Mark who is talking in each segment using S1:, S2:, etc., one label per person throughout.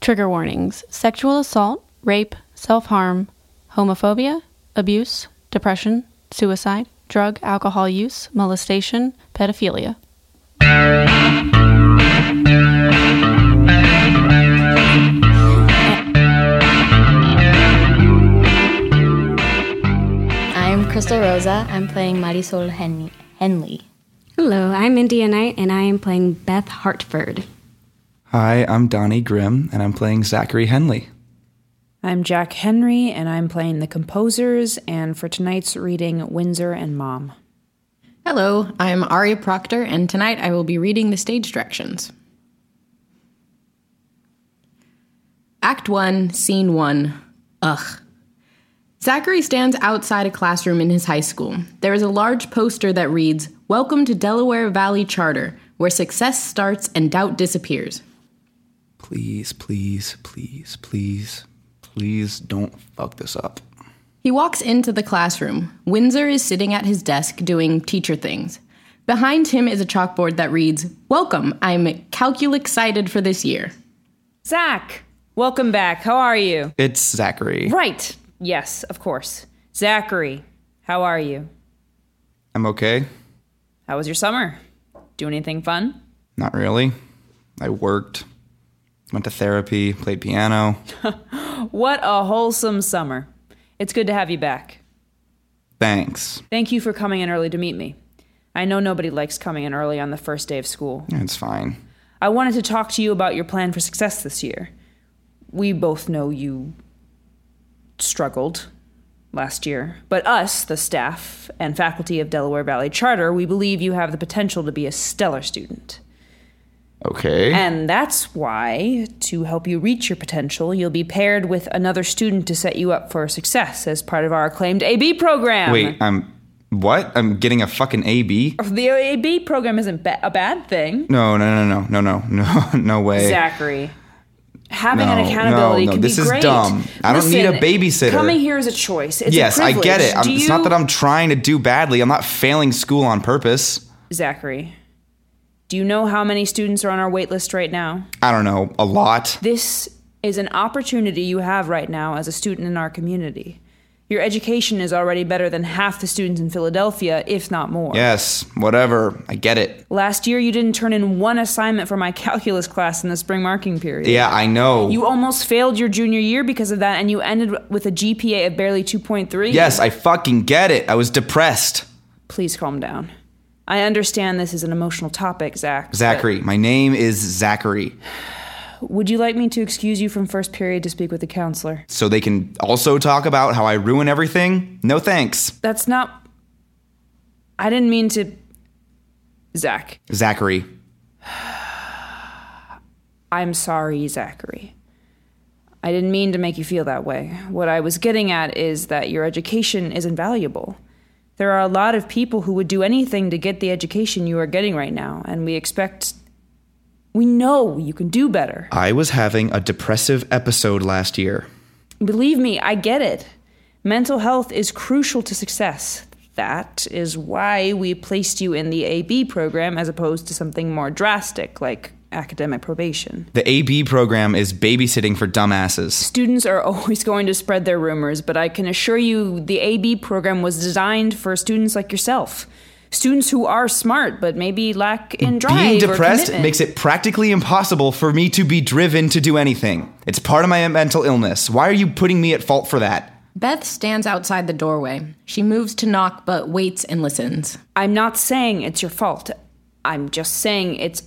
S1: Trigger warnings sexual assault, rape, self harm, homophobia, abuse, depression, suicide, drug, alcohol use, molestation, pedophilia.
S2: I'm Crystal Rosa. I'm playing Marisol Hen- Henley.
S3: Hello, I'm India Knight, and I am playing Beth Hartford.
S4: Hi, I'm Donnie Grimm, and I'm playing Zachary Henley.
S5: I'm Jack Henry, and I'm playing the composers, and for tonight's reading, Windsor and Mom.
S6: Hello, I'm Aria Proctor, and tonight I will be reading the stage directions. Act 1, Scene 1. Ugh. Zachary stands outside a classroom in his high school. There is a large poster that reads Welcome to Delaware Valley Charter, where success starts and doubt disappears.
S4: Please, please, please, please, please don't fuck this up.
S6: He walks into the classroom. Windsor is sitting at his desk doing teacher things. Behind him is a chalkboard that reads, Welcome, I'm calcul excited for this year.
S5: Zach, welcome back. How are you?
S4: It's Zachary.
S5: Right. Yes, of course. Zachary, how are you?
S4: I'm okay.
S5: How was your summer? Do anything fun?
S4: Not really. I worked, went to therapy, played piano.
S5: What a wholesome summer. It's good to have you back.
S4: Thanks.
S5: Thank you for coming in early to meet me. I know nobody likes coming in early on the first day of school.
S4: It's fine.
S5: I wanted to talk to you about your plan for success this year. We both know you struggled last year, but us, the staff and faculty of Delaware Valley Charter, we believe you have the potential to be a stellar student.
S4: Okay.
S5: And that's why, to help you reach your potential, you'll be paired with another student to set you up for success as part of our acclaimed AB program.
S4: Wait, I'm. What? I'm getting a fucking AB?
S5: The AB program isn't ba- a bad thing.
S4: No, no, no, no, no, no, no, no way.
S5: Zachary. Having
S4: No,
S5: an accountability
S4: no, no,
S5: can
S4: this
S5: be
S4: is
S5: great.
S4: dumb. I don't need a
S5: Listen,
S4: babysitter.
S5: Coming here is a choice. It's a
S4: yes, I get
S5: privilege.
S4: it. I'm,
S5: Do
S4: It's
S5: you-
S4: not that I'm trying to do badly. I'm not failing school on purpose.
S5: Zachary, do you know how many students are on our wait list right now?
S4: I don't know, a lot.
S5: This is an opportunity you have right now as a student in our community. Your education is already better than half the students in Philadelphia, if not more.
S4: Yes, whatever. I get it.
S5: Last year, you didn't turn in one assignment for my calculus class in the spring marking period.
S4: Yeah, I know.
S5: You almost failed your junior year because of that, and you ended with a GPA of barely 2.3.
S4: yes, I fucking get it. I was depressed.
S5: Please calm down. I understand this is an emotional topic, Zach. but
S4: Zachary, my name is Zachary.
S5: Would you like me to excuse you from first period to speak with the counselor?
S4: So they can also talk about how I ruin everything? No thanks.
S5: That's not. I didn't mean to. Zach.
S4: Zachary,
S5: I'm sorry, Zachary. I didn't mean to make you feel that way. What I was getting at is that your education is invaluable. There are a lot of people who would do anything to get the education you are getting right now, and we expect. We know you can do better.
S4: I was having a depressive episode last year.
S5: Believe me, I get it. Mental health is crucial to success. That is why we placed you in the AB program as opposed to something more drastic like academic probation.
S4: The AB program is babysitting for dumbasses.
S5: Students are always going to spread their rumors, but I can assure you the AB program was designed for students like yourself. Students who are smart but maybe lack in drive.
S4: Being
S5: or
S4: depressed
S5: commitment.
S4: makes it practically impossible for me to be driven to do anything. It's part of my mental illness. Why are you putting me at fault for that?
S6: Beth stands outside the doorway. She moves to knock but waits and listens.
S5: I'm not saying it's your fault. I'm just saying it's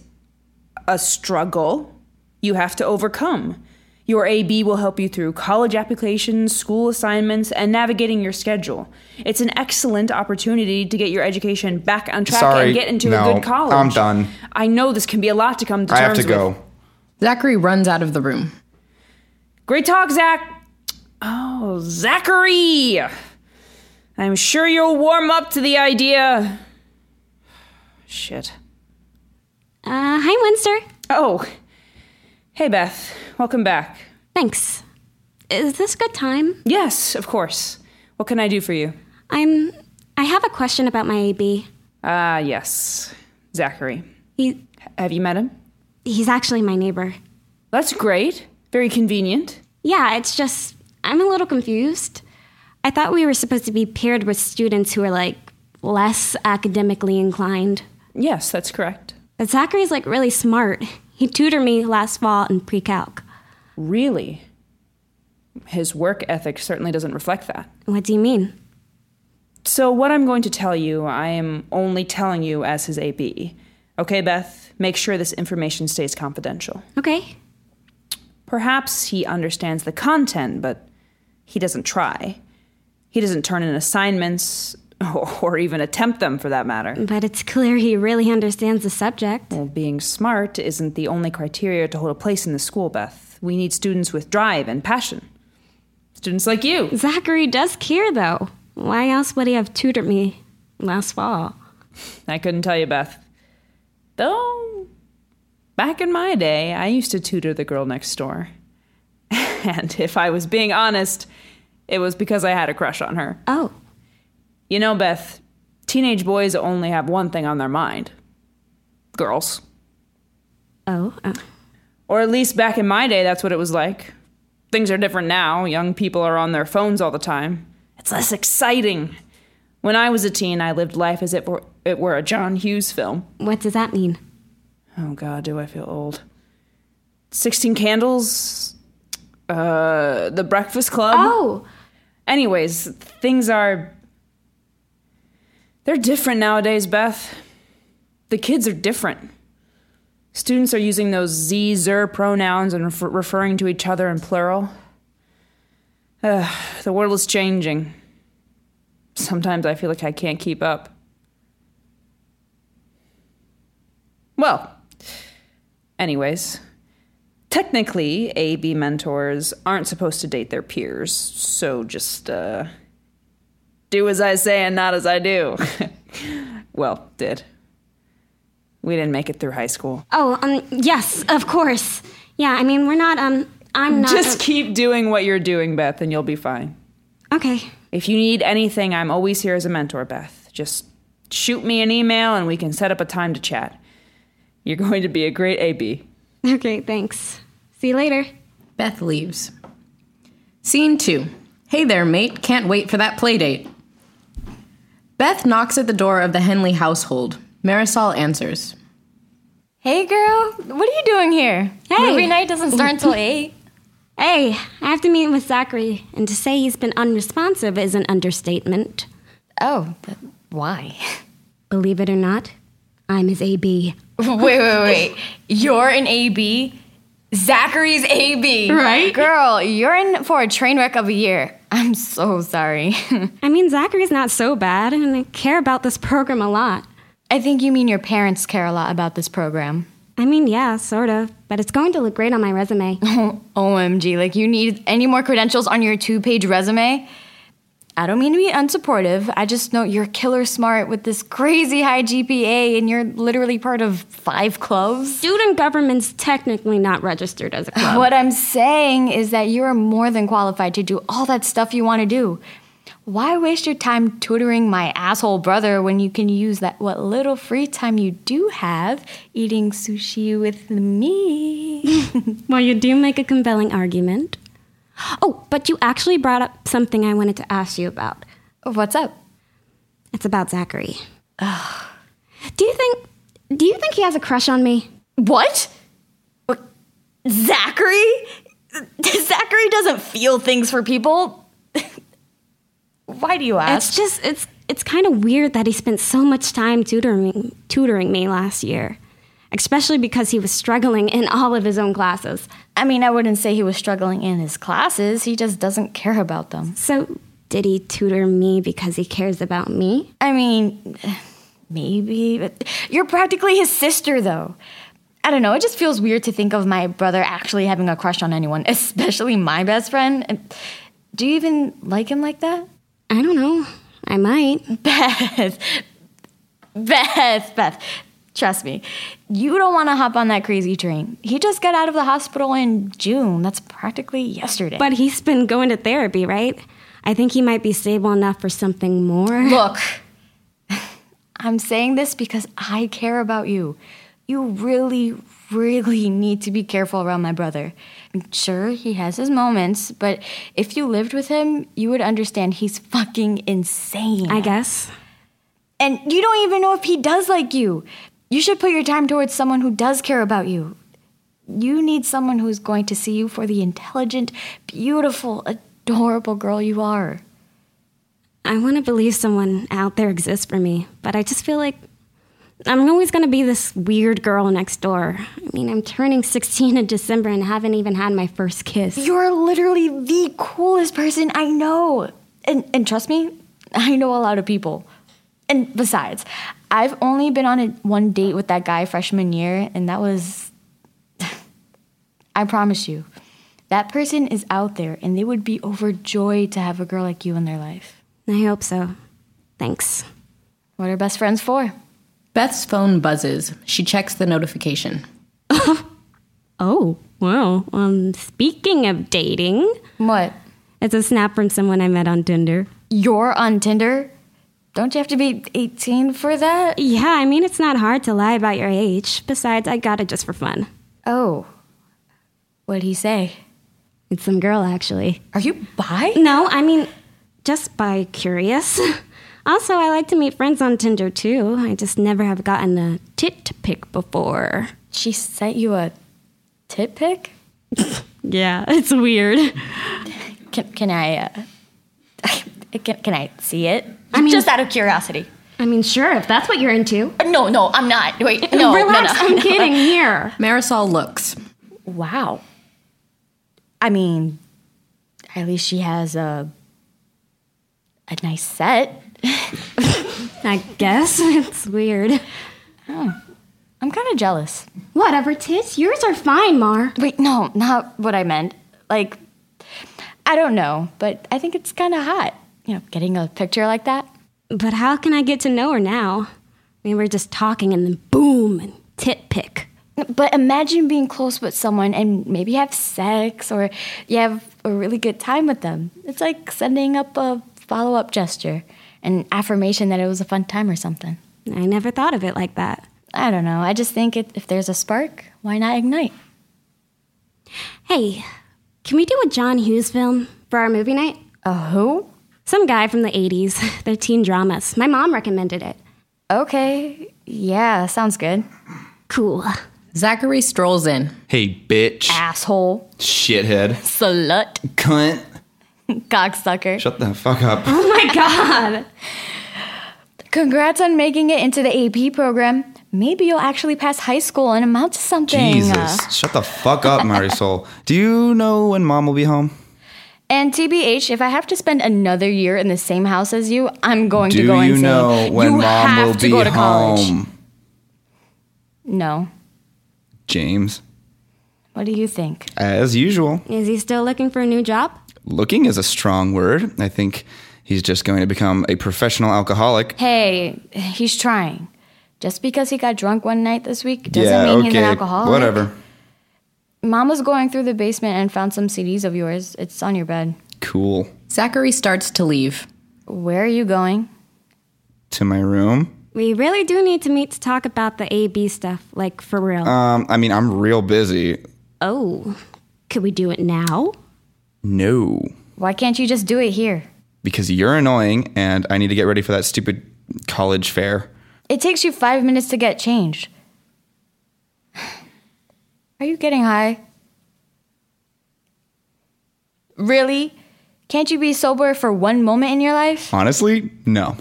S5: a struggle you have to overcome. Your AB will help you through college applications, school assignments, and navigating your schedule. It's an excellent opportunity to get your education back on track
S4: Sorry,
S5: and get into
S4: no,
S5: a good college.
S4: I'm done.
S5: I know this can be a lot to come to
S4: I
S5: terms
S4: have to
S5: with.
S4: go.
S6: Zachary runs out of the room.
S5: Great talk, Zach. Oh, Zachary. I'm sure you'll warm up to the idea. Shit.
S3: Uh, hi, Winster.
S5: Oh. Hey, Beth. Welcome back.
S3: Thanks. Is this a good time?
S5: Yes, of course. What can I do for you?
S3: I'm. I have a question about my AB.
S5: Ah, yes. Zachary.
S3: He,
S5: Have you met him?
S3: he's actually my neighbor.
S5: That's great. Very convenient.
S3: Yeah, it's just, I'm a little confused. I thought we were supposed to be paired with students who are like less academically inclined.
S5: Yes, that's correct.
S3: But Zachary's like really smart. He tutored me last fall in pre calc.
S5: Really? His work ethic certainly doesn't reflect that.
S3: What do you mean?
S5: So, what I'm going to tell you, I am only telling you as his AB. Okay, Beth, make sure this information stays confidential.
S3: Okay.
S5: Perhaps he understands the content, but he doesn't try. He doesn't turn in assignments, or even attempt them for that matter.
S3: But it's clear he really understands the subject.
S5: Well, being smart isn't the only criteria to hold a place in the school, Beth. We need students with drive and passion. Students like you.
S3: Zachary does care, though. Why else would he have tutored me last fall?
S5: I couldn't tell you, Beth. Though, back in my day, I used to tutor the girl next door. and if I was being honest, it was because I had a crush on her.
S3: Oh,
S5: You know, Beth, teenage boys only have one thing on their mind girls.
S3: oh, oh.
S5: Or at least back in my day, that's what it was like. Things are different now. Young people are on their phones all the time. It's less exciting. When I was a teen, I lived life as if it were a John Hughes film.
S3: What does that mean?
S5: Oh, God, do I feel old. 16 Candles, uh, The Breakfast Club.
S3: Oh,
S5: Anyways, things are. They're different nowadays, Beth. The kids are different. Students are using those Z, zer pronouns and refer- referring to each other in plural. Ugh, the world is changing. Sometimes I feel like I can't keep up. Well, anyways, technically, AB mentors aren't supposed to date their peers, so just uh, do as I say and not as I do. well, did. We didn't make it through high school.
S3: oh, um, yes, of course. Yeah, I mean, we're not, um, I'm not.
S5: Just keep doing what you're doing, Beth, and you'll be fine.
S3: okay,
S5: If you need anything, I'm always here as a mentor, Beth. Just shoot me an email and we can set up a time to chat. You're going to be a great AB.
S3: okay, thanks. See you later.
S6: Beth leaves. Scene two. Hey there, mate. Can't wait for that play date. Beth knocks at the door of the Henley household. Marisol answers.
S7: Hey, girl, what are you doing here?
S3: Hey.
S7: Movie night doesn't start until 8.
S3: Hey, I have to meet with Zachary, and to say he's been unresponsive is an understatement.
S7: Oh, but why?
S3: Believe it or not, I'm his AB.
S7: wait, wait, wait. You're an AB? Zachary's AB.
S6: Right?
S7: Girl, you're in for a train wreck of a year. I'm so sorry.
S3: I mean, Zachary's not so bad, and I care about this program a lot.
S7: I think you mean your parents care a lot about this program.
S3: I mean, yeah, sort of, but it's going to look great on my resume.
S7: OMG, like you need any more credentials on your two page resume? I don't mean to be unsupportive. I just know you're killer smart with this crazy high GPA and you're literally part of five clubs.
S3: Student government's technically not registered as a club.
S7: What I'm saying is that you are more than qualified to do all that stuff you want to do. Why waste your time tutoring my asshole brother when you can use that what little free time you do have eating sushi with me?
S3: Well, you do make a compelling argument. Oh, but you actually brought up something I wanted to ask you about.
S7: What's up?
S3: It's about Zachary. Do you think do you think he has a crush on me?
S7: What? Zachary? Zachary doesn't feel things for people. Why do you ask?
S3: It's just it's it's kind of weird that he spent so much time tutoring tutoring me last year, especially because he was struggling in all of his own classes.
S7: I mean, I wouldn't say he was struggling in his classes. He just doesn't care about them.
S3: So, did he tutor me because he cares about me?
S7: I mean, maybe, but you're practically his sister, though. I don't know. It just feels weird to think of my brother actually having a crush on anyone, especially my best friend. And Do you even like him like that?
S3: I don't know. I might.
S7: Beth, Beth, Beth, trust me. You don't want to hop on that crazy train. He just got out of the hospital in June. That's practically yesterday.
S3: But he's been going to therapy, right? I think he might be stable enough for something more.
S7: look, I'm saying this because I care about you. You really, really need to be careful around my brother. Sure, he has his moments, but if you lived with him, you would understand he's fucking insane.
S3: I guess.
S7: And you don't even know if he does like you. You should put your time towards someone who does care about you. You need someone who's going to see you for the intelligent, beautiful, adorable girl you are.
S3: I want to believe someone out there exists for me, but I just feel like I'm always going to be this weird girl next door. I mean, I'm turning 16 in December and haven't even had my first kiss.
S7: You're literally the coolest person I know. And, and trust me, I know a lot of people. And besides, I've only been on a, one date with that guy freshman year, and that was. I promise you, that person is out there, and they would be overjoyed to have a girl like you in their life.
S3: I hope so. Thanks.
S7: What are best friends for?
S6: Beth's phone buzzes. She checks the notification.
S3: Oh, wow. Um, speaking of dating,
S7: What?
S3: it's a snap from someone I met on Tinder.
S7: You're on Tinder? Don't you have to be 18 for that?
S3: Yeah, I mean, it's not hard to lie about your age. Besides, I got it just for fun.
S7: Oh. What'd he say?
S3: It's some girl, actually.
S7: Are you bi?
S3: No, I mean, just by curious. also, I like to meet friends on Tinder too. I just never have gotten a tit pic before.
S7: She sent you a tit pic?
S3: Yeah, it's weird.
S7: Can, can I, uh, can, can I see it?
S3: I mean-
S7: Just out of curiosity.
S3: I mean, sure, if that's what you're into.
S7: No, no, I'm not. Wait, no,
S3: Relax,
S7: no, no.
S3: I'm kidding. Here.
S6: Marisol looks.
S7: Wow. I mean, at least she has a a nice set.
S3: I guess it's weird.
S7: I'm kind of jealous.
S3: Whatever, tis. Yours are fine, Mar.
S7: Wait, no, not what I meant. Like, I don't know, but I think it's kind of hot. You know, getting a picture like that.
S3: But how can I get to know her now? I mean, we're just talking and then boom, and tit pic.
S7: But imagine being close with someone and maybe have sex or you have a really good time with them. It's like sending up a follow up gesture, an affirmation that it was a fun time or something.
S3: I never thought of it like that.
S7: I don't know. I just think it, if there's a spark, why not ignite?
S3: Hey, can we do a John Hughes film for our movie night?
S7: A who?
S3: Some guy from the 80s, their teen dramas. My mom recommended it.
S7: Okay. Yeah, sounds good.
S3: Cool.
S6: Zachary strolls in.
S4: Hey, bitch.
S5: Ah.
S7: Asshole.
S4: Shithead.
S7: Slut.
S4: Cunt.
S7: Cocksucker.
S4: Shut the fuck up.
S7: Congrats on making it into the AP program. Maybe you'll actually pass high school and amount to something.
S4: Jesus. Shut the fuck up, Marisol. Do you know when mom will be home?
S7: And TBH, if I have to spend another year in the same house as you, I'm going
S4: Do
S7: to go
S4: you
S7: insane.
S4: know when
S7: you
S4: mom
S7: have
S4: will
S7: to
S4: be
S7: go to college.
S4: home?
S7: No.
S4: James,
S7: What do you think?
S4: as usual,
S3: Is he still looking for a new job?
S4: looking is a strong word. I think he's just going to become a professional alcoholic.
S7: Hey, he's trying. Just because he got drunk one night this week doesn't mean he's an alcoholic.
S4: Whatever.
S7: Mom was going through the basement and found some CDs of yours. It's on your bed.
S4: Cool.
S6: Zachary starts to leave.
S7: Where are you going?
S4: To my room.
S3: We really do need to meet to talk about the AB stuff, like for real.
S4: Um, I mean, I'm real busy.
S3: oh, could we do it now?
S4: No.
S7: Why can't you just do it here?
S4: Because you're annoying and I need to get ready for that stupid college fair.
S7: It takes you five minutes to get changed. Are you getting high? Really? Can't you be sober for one moment in your life?
S4: Honestly, no.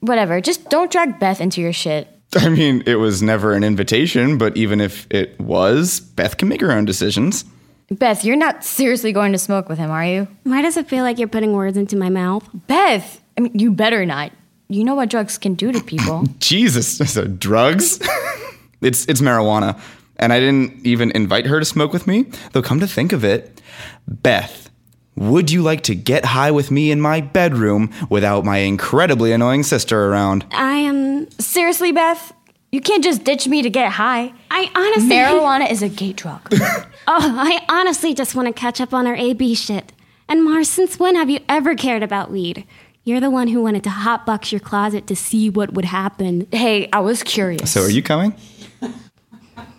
S7: Whatever, just don't drag Beth into your shit.
S4: I mean, it was never an invitation, but even if it was, Beth can make her own decisions.
S7: Beth, you're not seriously going to smoke with him, are you?
S3: Why does it feel like you're putting words into my mouth?
S7: Beth! I mean, you better not. You know what drugs can do to people.
S4: Jesus, so drugs? it's it's marijuana. And I didn't even invite her to smoke with me. Though come to think of it, Beth, would you like to get high with me in my bedroom without my incredibly annoying sister around?
S3: I am.
S7: seriously, Beth? You can't just ditch me to get high.
S3: I honestly.
S7: Marijuana is a gay drug.
S3: Oh, I honestly just want to catch up on our AB shit. And Mars, since when have you ever cared about weed? You're the one who wanted to hotbox your closet to see what would happen.
S7: hey, I was curious.
S4: So are you coming?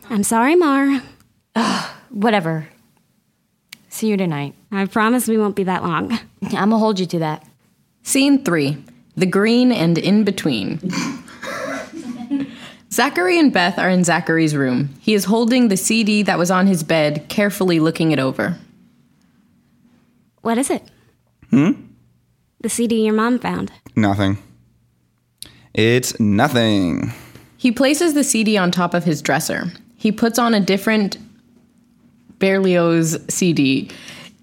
S3: I'm sorry, Mar.
S7: Whatever. See you tonight.
S3: I promise we won't be that long.
S7: I'm gonna hold you to that.
S6: Scene three The Green and In Between. Zachary and Beth are in Zachary's room. He is holding the CD that was on his bed, carefully looking it over.
S3: What is it? Hmm? The CD your mom found.
S4: Nothing. It's nothing.
S6: He places the CD on top of his dresser. He puts on a different Berlioz CD.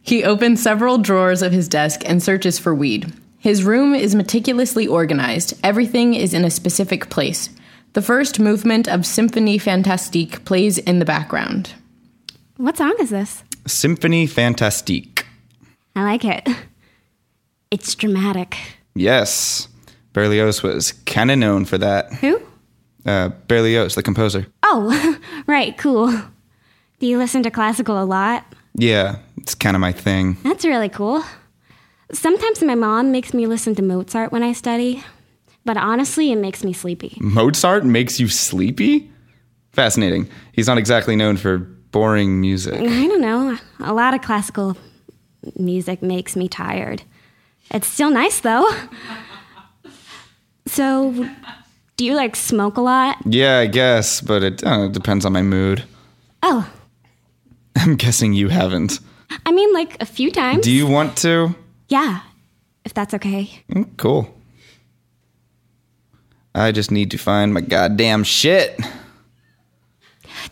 S6: He opens several drawers of his desk and searches for weed. His room is meticulously organized. Everything is in a specific place. The first movement of Symphonie Fantastique plays in the background.
S3: What song is this?
S4: Symphony Fantastique.
S3: I like it. It's dramatic.
S4: Yes. Berlioz was kind of known for that.
S3: Who?
S4: Uh, Berlioz, the composer.
S3: Oh, right, cool. Do you listen to classical a lot?
S4: Yeah, it's kind of my thing.
S3: That's really cool. Sometimes my mom makes me listen to Mozart when I study, but honestly, it makes me sleepy.
S4: Mm. Mozart makes you sleepy? Fascinating. He's not exactly known for boring music.
S3: I don't know. A lot of classical music makes me tired. It's still nice, though. So, do you like smoke a lot?
S4: Yeah, I guess, but it uh, depends on my mood.
S3: Oh,
S4: I'm guessing you haven't.
S3: I mean, like a few times.
S4: Do you want to?
S3: yeah, if that's okay.
S4: Mm, Cool. I just need to find my goddamn shit.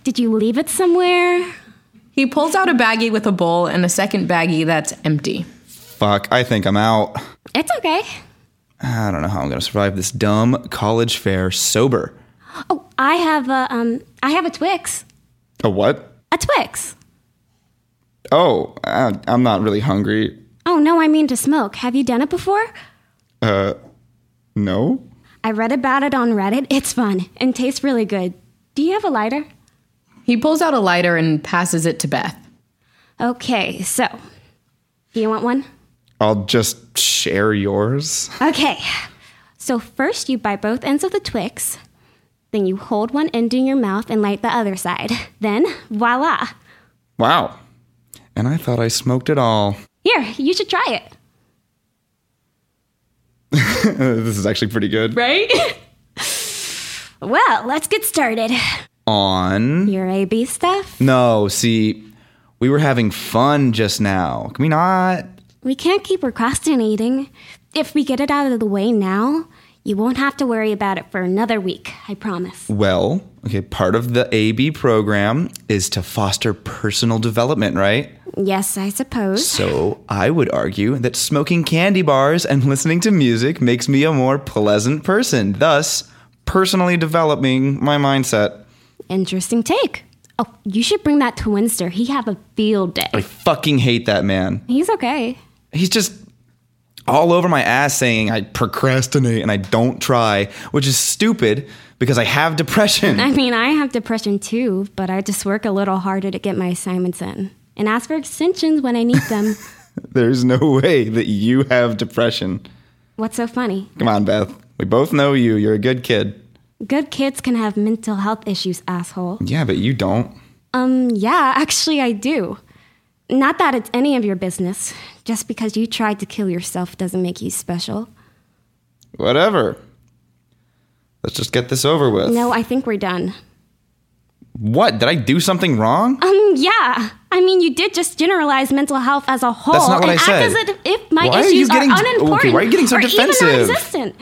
S3: Did you leave it somewhere?
S6: He pulls out a baggie with a bowl and a second baggie that's empty.
S4: Fuck, I think I'm out.
S3: It's okay.
S4: I don't know how I'm gonna survive this dumb college fair sober.
S3: Oh, I have a um, I have a Twix.
S4: A what?
S3: A Twix.
S4: Oh, I, I'm not really hungry.
S3: Oh no, I mean to smoke. Have you done it before?
S4: Uh, no?
S3: I read about it on Reddit. It's fun and tastes really good. Do you have a lighter?
S6: He pulls out a lighter and passes it to Beth.
S3: Okay, so do you want one?
S4: I'll just share yours.
S3: Okay. So first you bite both ends of the Twix, then you hold one end in your mouth and light the other side. Then, voila.
S4: Wow. And I thought I smoked it all.
S3: Here, you should try it.
S4: Uh, this is actually pretty good.
S6: Right?
S3: Well, let's get started.
S4: On.
S3: Your AB stuff?
S4: No, see, we were having fun just now. Can we not?
S3: We can't keep procrastinating. If we get it out of the way now, you won't have to worry about it for another week, I promise.
S4: Well, okay, part of the AB program is to foster personal development, right?
S3: Yes, I suppose.
S4: So I would argue that smoking candy bars and listening to music makes me a more pleasant person, thus, personally developing my mindset.
S3: Interesting take. Oh, you should bring that to Winster. He have a field day.
S4: I fucking hate that man.
S3: He's okay.
S4: he's just all over my ass saying I procrastinate and I don't try, which is stupid because I have depression.
S3: I mean, I have depression too, but I just work a little harder to get my assignments in and ask for extensions when I need them.
S4: There's no way that you have depression.
S3: What's so funny?
S4: Come on, Beth. We both know you. You're a good kid.
S3: Good kids can have mental health issues, asshole.
S4: Yeah, but you don't.
S3: Um, yeah, actually, I do. Not that it's any of your business. Just because you tried to kill yourself doesn't make you special.
S4: Whatever. Let's just get this over with.
S3: No, I think we're done.
S4: What? Did I do something wrong?
S3: Um, yeah. I mean, you did just generalize mental health as a whole
S4: not what
S3: and
S4: I
S3: act
S4: said.
S3: as if- if my
S4: Why are you
S3: issues
S4: getting- okay,
S3: unimportant
S4: why are you getting so
S3: or
S4: defensive?
S3: even non-existent.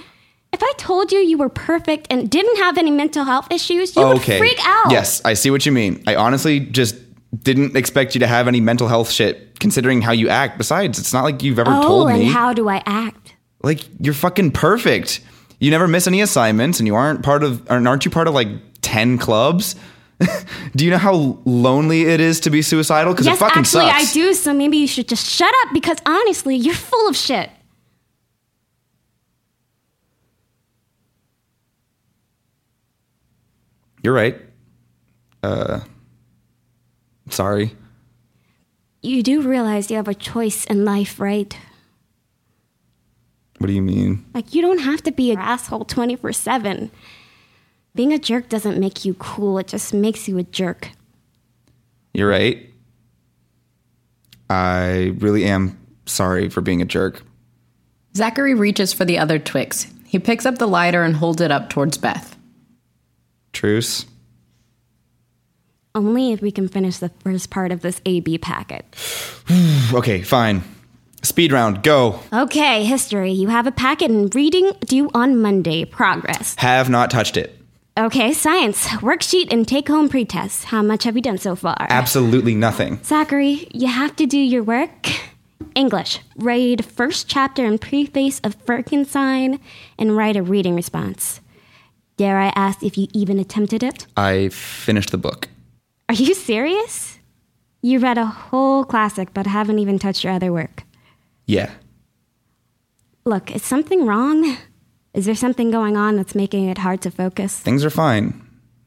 S3: If I told you you were perfect and didn't have any mental health issues, Oh, you
S4: okay.
S3: would freak out.
S4: Yes, I see what you mean. I honestly just didn't expect you to have any mental health shit considering how you act. Besides, it's not like you've ever
S3: Oh,
S4: told me.
S3: and how do I act?
S4: like you're fucking perfect. You never miss any assignments, and you aren't part of aren't aren't you part of like ten clubs? do you know how lonely it is to be suicidal? Because it
S3: Yes,
S4: fucking
S3: actually,
S4: sucks.
S3: I do. So maybe you should just shut up because honestly, you're full of shit.
S4: You're right. Uh, sorry.
S3: You do realize you have a choice in life, right?
S4: What do you mean?
S3: Like, you don't have to be an asshole 24 7. Being a jerk doesn't make you cool, it just makes you a jerk.
S4: You're right. I really am sorry for being a jerk.
S6: Zachary reaches for the other Twix. He picks up the lighter and holds it up towards Beth.
S4: Truce.
S3: Only if we can finish the first part of this AB packet.
S4: Okay, fine. Speed round, go.
S3: Okay, history. You have a packet in reading due on Monday. Progress.
S4: Have not touched it.
S3: Okay, science. Worksheet and take home pretest. How much have you done so far?
S4: Absolutely nothing.
S3: Zachary, you have to do your work. English. Read first chapter and preface of Frankenstein and write a reading response. Dare I ask if you even attempted it?
S4: I finished the book.
S3: Are you serious? You read a whole classic but haven't even touched your other work.
S4: Yeah.
S3: Look, is something wrong? Is there something going on that's making it hard to focus?
S4: Things are fine.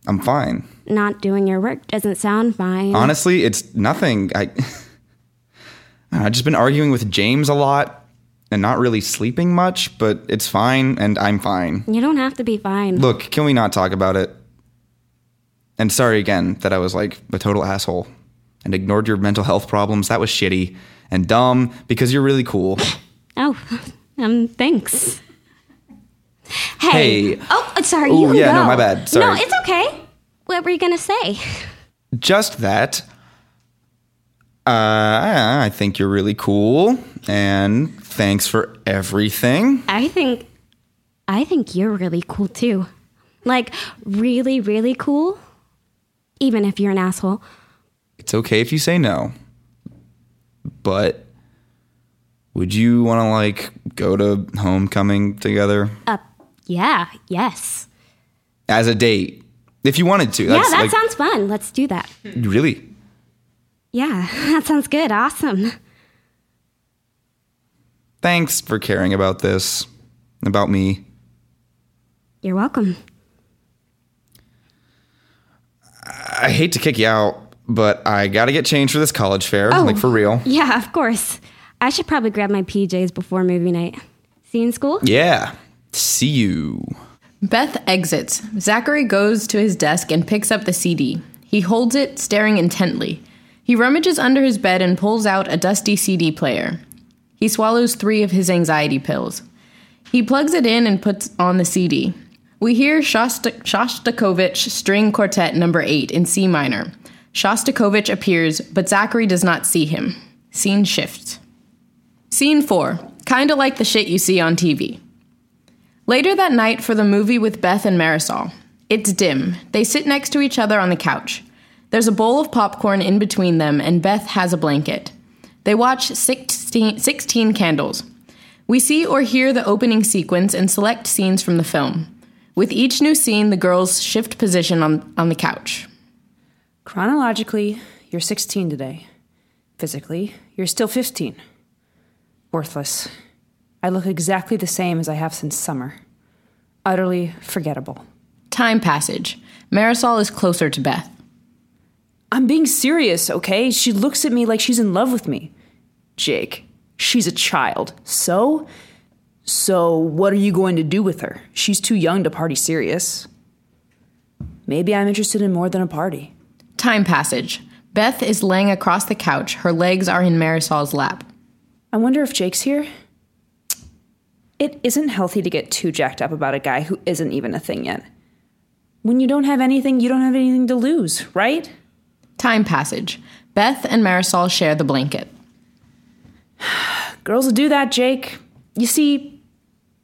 S4: I'm fine.
S3: Not doing your work doesn't sound fine.
S4: Honestly, it's nothing. I I've just been arguing with James a lot and not really sleeping much, but it's fine and I'm fine.
S3: you don't have to be fine.
S4: Look, can we not talk about it? And sorry again that I was like a total asshole and ignored your mental health problems. That was shitty and dumb because you're really cool.
S3: Oh, um, thanks.
S4: Hey.
S3: Oh, uh, sorry.
S4: Ooh,
S3: you can
S4: yeah, no,
S3: go.
S4: my bad.
S3: No,
S4: Sorry.
S3: it's okay. What were you gonna say?
S4: Just that. Uh, I I think you're really cool, and thanks for everything.
S3: I think, I think you're really cool too. Like really, really cool. Even if you're an asshole.
S4: It's okay if you say no, but would you want to like go to homecoming together
S3: Uh, yeah. Yes.
S4: as a date if you wanted to?
S3: yeah, that
S4: like,
S3: sounds fun. Let's do that.
S4: really
S3: Yeah, that sounds good. Awesome.
S4: thanks for caring about this, about me.
S3: You're welcome.
S4: I hate to kick you out, but I gotta get changed for this college fair, like for real.
S3: Yeah, of course. I should probably grab my PJs before movie night. See you in school?
S4: Yeah. See you.
S6: Beth exits. Zachary goes to his desk and picks up the CD. He holds it, staring intently. He rummages under his bed and pulls out a dusty CD player. He swallows three of his anxiety pills. He plugs it in and puts on the CD. We hear Shosta- Shostakovich String Quartet Number 8 in C minor. Shostakovich appears, but Zachary does not see him. Scene shifts. Scene 4. Kinda like the shit you see on TV. Later that night for the movie with Beth and Marisol. It's dim. They sit next to each other on the couch. There's a bowl of popcorn in between them, and Beth has a blanket. They watch 16, 16 candles. We see or hear the opening sequence and select scenes from the film. With each new scene, the girls shift position on, on the couch.
S5: Chronologically, you're 16 today. Physically, you're still 15. Worthless. I look exactly the same as I have since summer. Utterly forgettable.
S6: Time passage. Marisol is closer to Beth.
S5: I'm being serious, okay? She looks at me like she's in love with me. Jake, she's a child. So? So, what are you going to do with her? She's too young to party serious. Maybe I'm interested in more than a party.
S6: Time passage. Beth is laying across the couch. Her legs are in Marisol's lap.
S5: I wonder if Jake's here. It isn't healthy to get too jacked up about a guy who isn't even a thing yet. When you don't have anything, you don't have anything to lose, right?
S6: Time passage. Beth and Marisol share the blanket.
S5: Girls will do that, Jake. You see,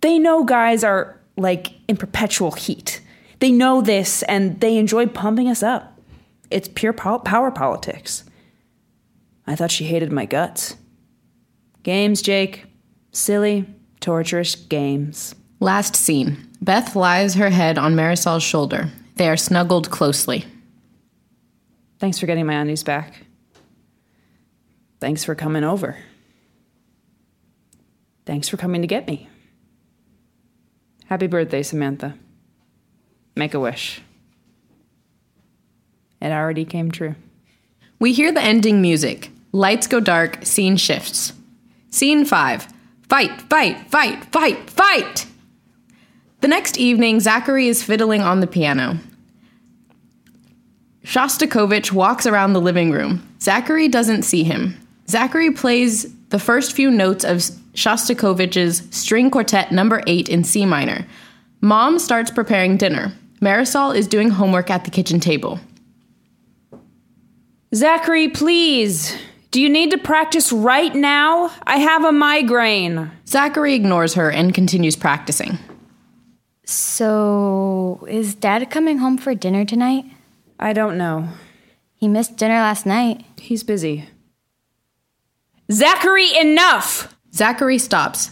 S5: they know guys are like in perpetual heat. They know this and they enjoy pumping us up. It's pure po- power politics. I thought she hated my guts. Games, Jake. Silly, torturous games.
S6: Last scene. Beth lies her head on Marisol's shoulder. They are snuggled closely.
S5: Thanks for getting my undies back. Thanks for coming over. Thanks for coming to get me. Happy birthday, Samantha. Make a wish. It already came true.
S6: We hear the ending music. Lights go dark, scene shifts. Scene 5. Fight, fight, fight, fight, fight! The next evening, Zachary is fiddling on the piano. Shostakovich walks around the living room. Zachary doesn't see him. Zachary plays the first few notes of Shostakovich's String Quartet number 8 in C minor. Mom starts preparing dinner. Marisol is doing homework at the kitchen table.
S5: Zachary, please. Do you need to practice right now? I have a migraine.
S6: Zachary ignores her and continues practicing.
S7: So, is dad coming home for dinner tonight?
S5: I don't know.
S7: He missed dinner last night.
S5: He's busy. Zachary, enough!
S6: Zachary stops.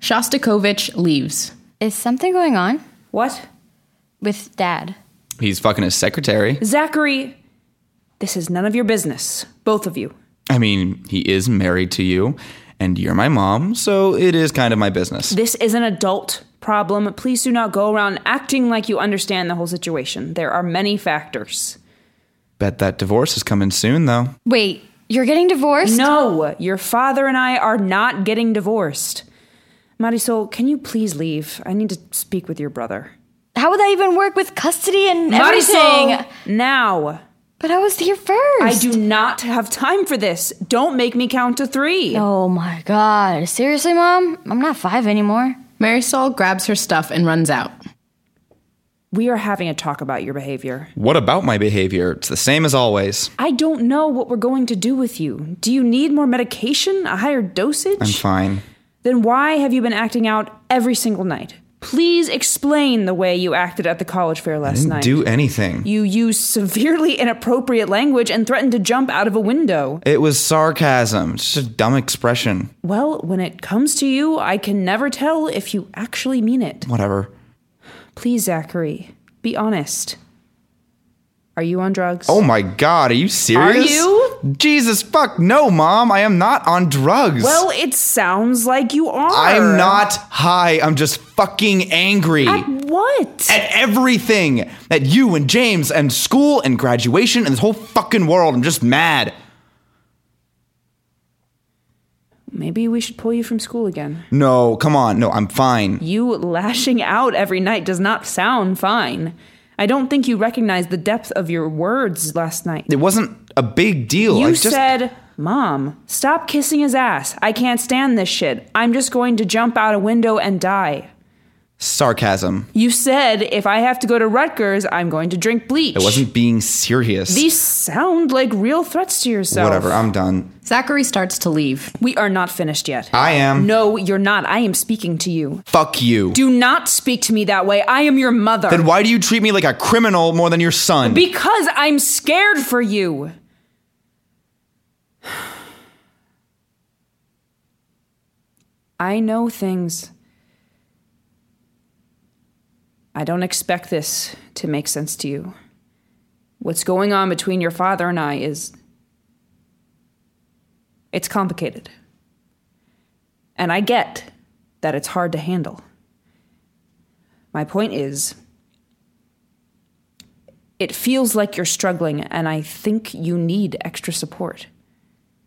S6: Shostakovich leaves.
S7: Is something going on
S5: What?
S7: with dad?
S4: He's fucking his secretary.
S5: Zachary, this is none of your business. Both of you.
S4: I mean, he is married to you, and you're my mom, so it is kind of my business.
S5: This is an adult problem. Please do not go around acting like you understand the whole situation. There are many factors.
S4: Bet that divorce is coming soon, though.
S7: Wait, you're getting divorced?
S5: No, your father and I are not getting divorced. Marisol, can you please leave? I need to speak with your brother.
S7: How would that even work with custody and everything?
S5: Marisol, now.
S7: But I was here
S5: I
S7: first.
S5: do not have time for this. Don't make me count to three.
S7: Oh my god. Seriously, mom? I'm not five anymore.
S6: Marisol grabs her stuff and runs out.
S5: We are having a talk about your behavior.
S4: What about my behavior? It's the same as always.
S5: I don't know what we're going to do with you. Do you need more medication? A higher dosage?
S4: I'm fine.
S5: Then why have you been acting out every single night? Please explain the way you acted at the college fair last
S4: Didn't
S5: night.
S4: do anything.
S5: you used severely inappropriate language and threatened to jump out of a window.
S4: It was sarcasm. It's just a dumb expression.
S5: Well, when it comes to you, I can never tell if you actually mean it.
S4: Whatever.
S5: Please, Zachary, be honest. Are you on drugs?
S4: Oh my god, are you serious?
S5: you?
S4: Jesus fuck, no, mom. I am not on drugs.
S5: Well, it sounds like you are.
S4: I'm not high. I'm just fucking angry.
S5: At what?
S4: at everything at you and James and school and graduation and this whole fucking world. I'm just mad.
S5: Maybe we should pull you from school again.
S4: No, come on. No, I'm fine.
S5: You lashing out every night does not sound fine. I don't think you recognize the depth of your words last night.
S4: It wasn't a big deal.
S5: You
S4: I just
S5: said, Mom, stop kissing his ass. I can't stand this shit. I'm just going to jump out a window and die.
S4: sarcasm.
S5: You said, if I have to go to Rutgers, I'm going to drink bleach.
S4: It wasn't being serious.
S5: These sound like real threats to yourself.
S4: Whatever. I'm done.
S6: Zachary starts to leave.
S5: we are not finished yet.
S4: I am.
S5: no, you're not. I am speaking to you.
S4: Fuck you.
S5: Do not speak to me that way. I am your mother.
S4: Then why do you treat me like a criminal more than your son?
S5: Because I'm scared for you. I know things. I don't expect this to make sense to you. What's going on between your father and I is. It's complicated. And I get that it's hard to handle. My point is it feels like you're struggling, and I think you need extra support.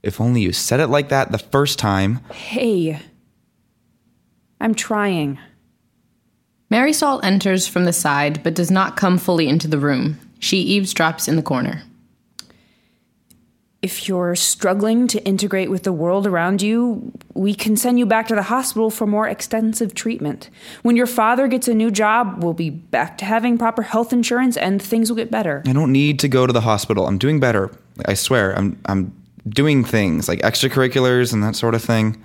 S4: if only you said it like that the first time.
S5: Hey, I'm trying.
S6: Marisol enters from the side but does not come fully into the room. She eavesdrops in the corner.
S5: If you're struggling to integrate with the world around you, we can send you back to the hospital for more extensive treatment. When your father gets a new job, we'll be back to having proper health insurance and things will get better.
S4: I don't need to go to the hospital. I'm doing better. I swear. I'm I'm doing things like extracurriculars and that sort of thing.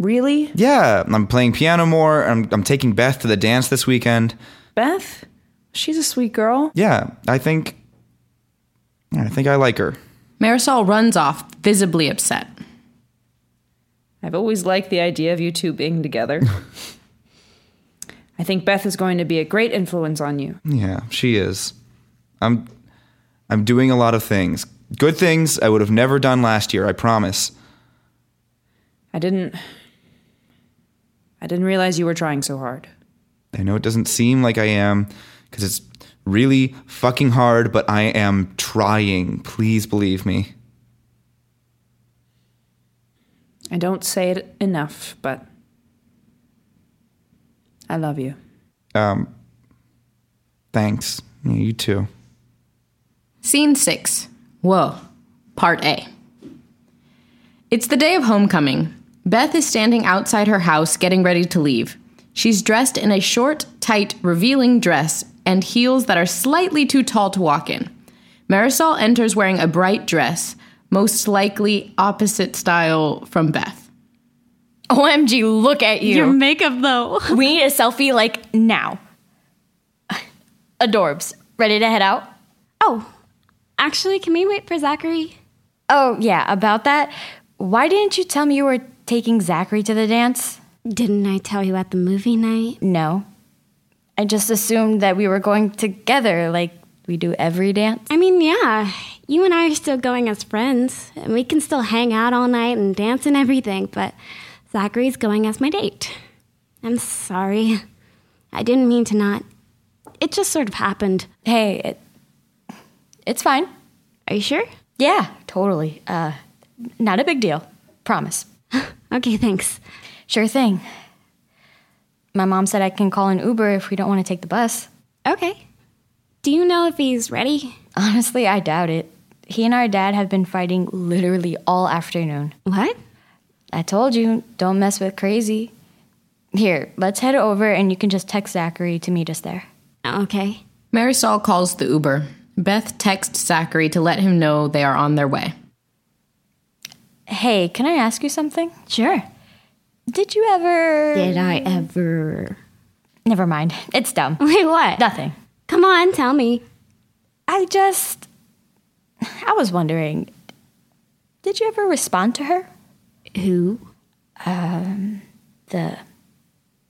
S5: Really?
S4: Yeah, I'm playing piano more. I'm, I'm taking Beth to the dance this weekend.
S5: Beth? She's a sweet girl.
S4: Yeah, I think I think I like her.
S6: Marisol runs off, visibly upset.
S5: I've always liked the idea of you two being together. I think Beth is going to be a great influence on you.
S4: Yeah, she is. I'm I'm doing a lot of things. Good things I would have never done last year, I promise.
S5: I didn't. I didn't realize you were trying so hard.
S4: I know it doesn't seem like I am cuz it's really fucking hard, but I am trying. Please believe me.
S5: I don't say it enough, but I love you.
S4: Um, thanks. Yeah, you too.
S6: Scene 6. Whoa. Part A. It's the day of homecoming. Beth is standing outside her house getting ready to leave. She's dressed in a short, tight, revealing dress and heels that are slightly too tall to walk in. Marisol enters wearing a bright dress, most likely opposite style from Beth.
S7: OMG, look at you.
S1: Your makeup, though.
S7: we need a selfie like now. Adorbs. Ready to head out?
S3: Oh, actually, can we wait for Zachary?
S7: Oh, yeah, about that. Why didn't you tell me you were taking Zachary to the dance?
S3: Didn't I tell you at the movie night?
S7: No. I just assumed that we were going together like we do every dance.
S3: I mean, yeah, you and I are still going as friends, and we can still hang out all night and dance and everything, but Zachary's going as my date. I'm sorry. I didn't mean to not. It just sort of happened.
S7: Hey, it, it's fine.
S3: Are you sure?
S7: Yeah, totally. Uh, not a big deal. Promise.
S3: Okay, thanks.
S7: Sure thing. My mom said I can call an Uber if we don't want to take the bus.
S3: Okay. Do you know if he's ready?
S7: Honestly, I doubt it. He and our dad have been fighting literally all afternoon.
S3: What?
S7: I told you, don't mess with crazy. Here, let's head over and you can just text Zachary to meet us there.
S3: Oh, Okay.
S6: Marisol calls the Uber. Beth texts Zachary to let him know they are on their way.
S7: Hey, can I ask you something? Sure. Did you ever.
S3: Did I ever?
S7: Never mind. It's dumb.
S3: Wait, what?
S7: Nothing.
S3: Come on, tell me.
S7: I just. I was wondering. Did you ever respond to her?
S3: Who?
S7: The.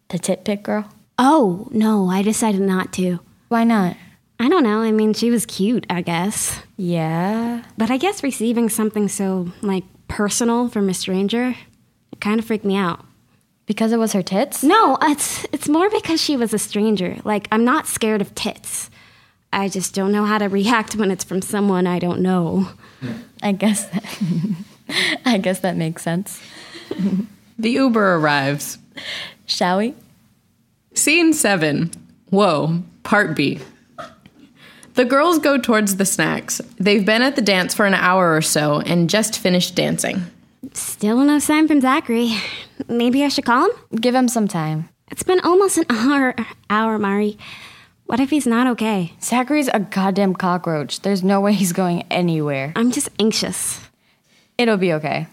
S7: The tit pick girl?
S3: Oh, no, I decided not to.
S7: Why not?
S3: I don't know. I mean, she was cute, I guess.
S7: Yeah.
S3: But I guess receiving something so, like, personal from a stranger, it kind of freaked me out.
S7: Because it was her tits?
S3: No, it's it's more because she was a stranger. Like I'm not scared of tits. I just don't know how to react when it's from someone I don't know.
S7: I guess that. I guess that makes sense.
S6: The Uber arrives.
S7: Shall we?
S6: Scene 7. Whoa, part B. The girls go towards the snacks. They've been at the dance for an hour or so and just finished dancing.
S1: Still no sign from Zachary.
S3: Maybe I should call him?
S7: Give him some time.
S3: It's been almost an hour hour, Mari. What if he's not okay?
S7: Zachary's a goddamn cockroach. There's no way he's going anywhere.
S3: I'm just anxious.
S7: It'll be okay.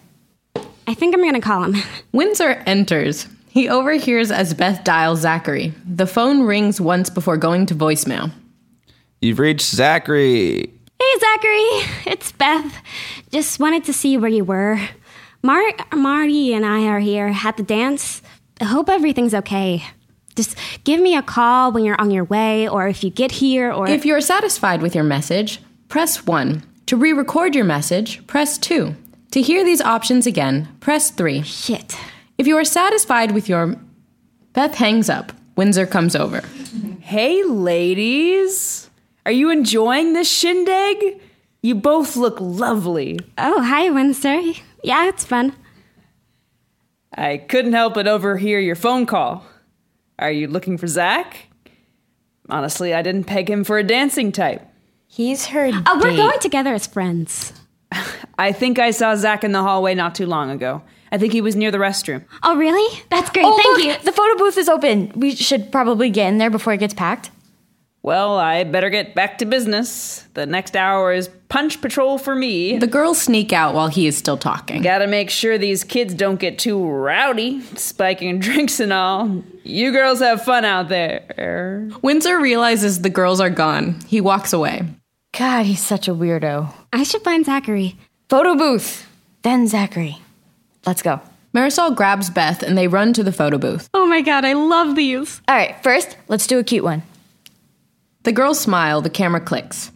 S3: I think I'm gonna call him.
S6: Windsor enters. He overhears as Beth dials Zachary. The phone rings once before going to voicemail.
S4: You've reached Zachary.
S3: Hey Zachary, it's Beth. Just wanted to see where you were. Mar- Marty and I are here at the dance. I hope everything's okay. Just give me a call when you're on your way, or if you get here, or
S6: If you're satisfied with your message, press 1. To re record your message, press 2. To hear these options again, press 3.
S3: shit.
S6: If you are satisfied with your. Beth hangs up. Windsor comes over.
S5: Hey, ladies. Are you enjoying this shindig? You both look lovely.
S3: Oh, hi, Windsor. Yeah, it's fun.
S5: I couldn't help but overhear your phone call. Are you looking for Zach? Honestly, I didn't peg him for a dancing type.
S7: He's her.
S3: Oh, we're going together as friends.
S5: I think I saw Zach in the hallway not too long ago. I think he was near the restroom.
S3: Oh, really? That's great.
S7: Oh,
S3: Thank
S7: look,
S3: you.
S7: The photo booth is open. We should probably get in there before it gets packed.
S5: Well, I better get back to business. The next hour is punch patrol for me.
S6: The girls sneak out while he is still talking.
S5: Gotta make sure these kids don't get too rowdy, spiking drinks and all. You girls have fun out there.
S6: Windsor realizes the girls are gone. He walks away.
S7: God, he's such a weirdo.
S3: I should find Zachary.
S7: Photo booth. Then Zachary. Let's go.
S6: Marisol grabs Beth and they run to the photo booth.
S1: Oh my god, I love these.
S7: All right, first, let's do a cute one.
S6: The girls smile, the camera clicks.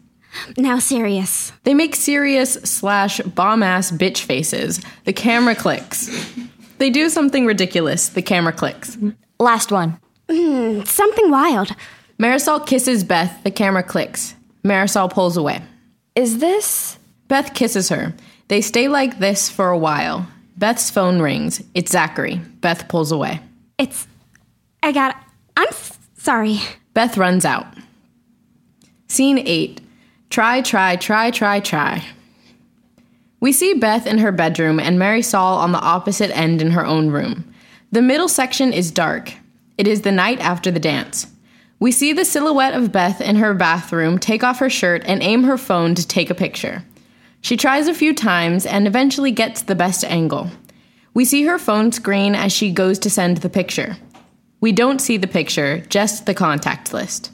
S3: Now, serious.
S6: They make serious slash bomb ass bitch faces. The camera clicks. They do something ridiculous. The camera clicks.
S7: Last one.
S3: Something wild.
S6: Marisol kisses Beth. The camera clicks. Marisol pulls away.
S7: Is this.
S6: Beth kisses her. They stay like this for a while. Beth's phone rings. It's Zachary. Beth pulls away.
S3: It's. I got. I'm s- Sorry.
S6: Beth runs out. Scene 8 Try, try, try, try, try. We see Beth in her bedroom and Mary Saul on the opposite end in her own room. The middle section is dark. It is the night after the dance. We see the silhouette of Beth in her bathroom take off her shirt and aim her phone to take a picture. She tries a few times and eventually gets the best angle. We see her phone screen as she goes to send the picture. We don't see the picture, just the contact list.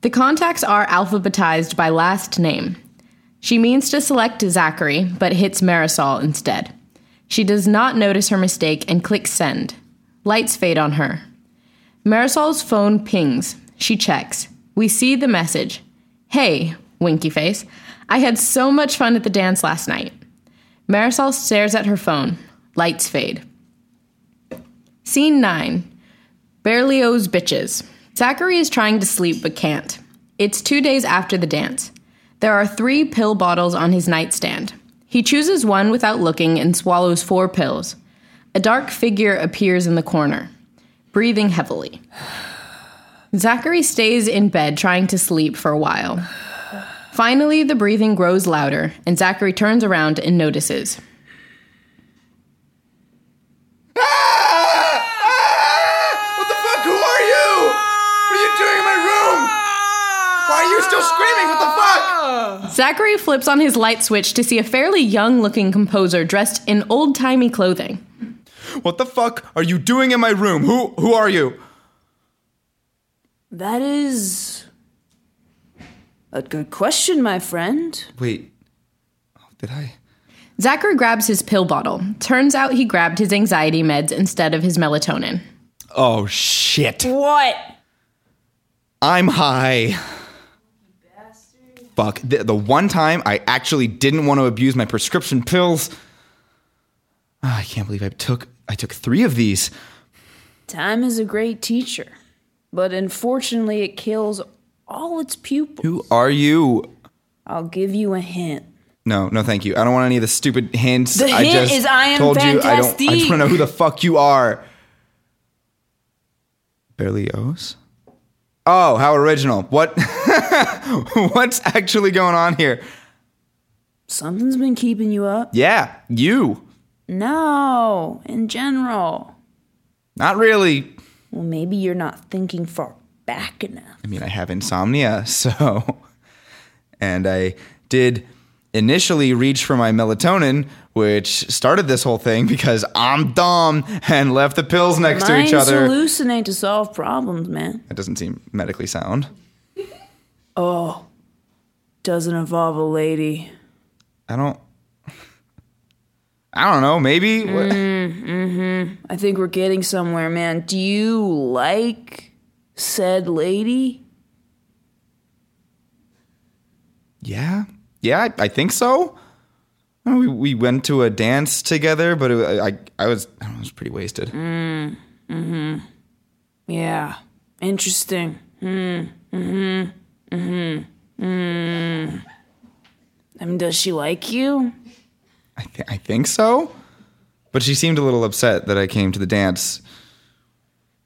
S6: The contacts are alphabetized by last name. She means to select Zachary, but hits Marisol instead. She does not notice her mistake and clicks send. Lights fade on her. Marisol's phone pings. She checks. We see the message Hey, winky face. I had so much fun at the dance last night. Marisol stares at her phone. Lights fade. Scene 9 Berlioz Bitches. Zachary is trying to sleep but can't. It's two days after the dance. There are three pill bottles on his nightstand. He chooses one without looking and swallows four pills. A dark figure appears in the corner, breathing heavily. Zachary stays in bed trying to sleep for a while. Finally, the breathing grows louder, and Zachary turns around and notices.
S4: Ah! What the fuck? Who are you? What are you doing in my room? Why are you still screaming? What the fuck?
S6: Zachary flips on his light switch to see a fairly young looking composer dressed in old timey clothing.
S4: What the fuck are you doing in my room? Who who are you?
S5: That is a good question, my friend.
S4: Wait. Oh, did I?
S6: Zachary grabs his pill bottle. Turns out he grabbed his anxiety meds instead of his melatonin.
S4: Oh shit.
S5: What?
S4: I'm high. Fuck. The, the one time I actually didn't want to abuse my prescription pills. Ah, I can't believe I took I took 3 of these.
S5: Time is a great teacher, but unfortunately, it kills all its pupils.
S4: Who are you?
S5: I'll give you a hint.
S4: No, no, thank you. I don't want any of the stupid hints.
S5: The
S4: I
S5: hint
S4: just
S5: is I am
S4: told you I don't. I just
S5: fantastique.
S4: want to know who the fuck you are. Berlioz. Oh, how original! What? What's actually going on here?
S5: Something's been keeping you up.
S4: Yeah, you.
S5: No, in general.
S4: Not really.
S5: Well, maybe you're not thinking far back enough.
S4: I mean, I have insomnia, so. And I did initially reach for my melatonin, which started this whole thing because I'm dumb and left the pills next to
S5: Minds
S4: each other.
S5: hallucinate to solve problems, man.
S4: that doesn't seem medically sound.
S5: Doesn't involve a lady.
S4: I don't. I don't know. Maybe What-
S5: I think we're getting somewhere, man. Do you like said lady?
S4: Yeah, yeah. I, I think so. I mean, We we went to a dance together, but it, I I was I was pretty wasted.
S5: Yeah. Interesting. Hmm. Mm-hmm. Mm-hmm. Mm. I mean, Mm-hmm. does she like you?
S4: I th- I think so. But she seemed a little upset that I came to the dance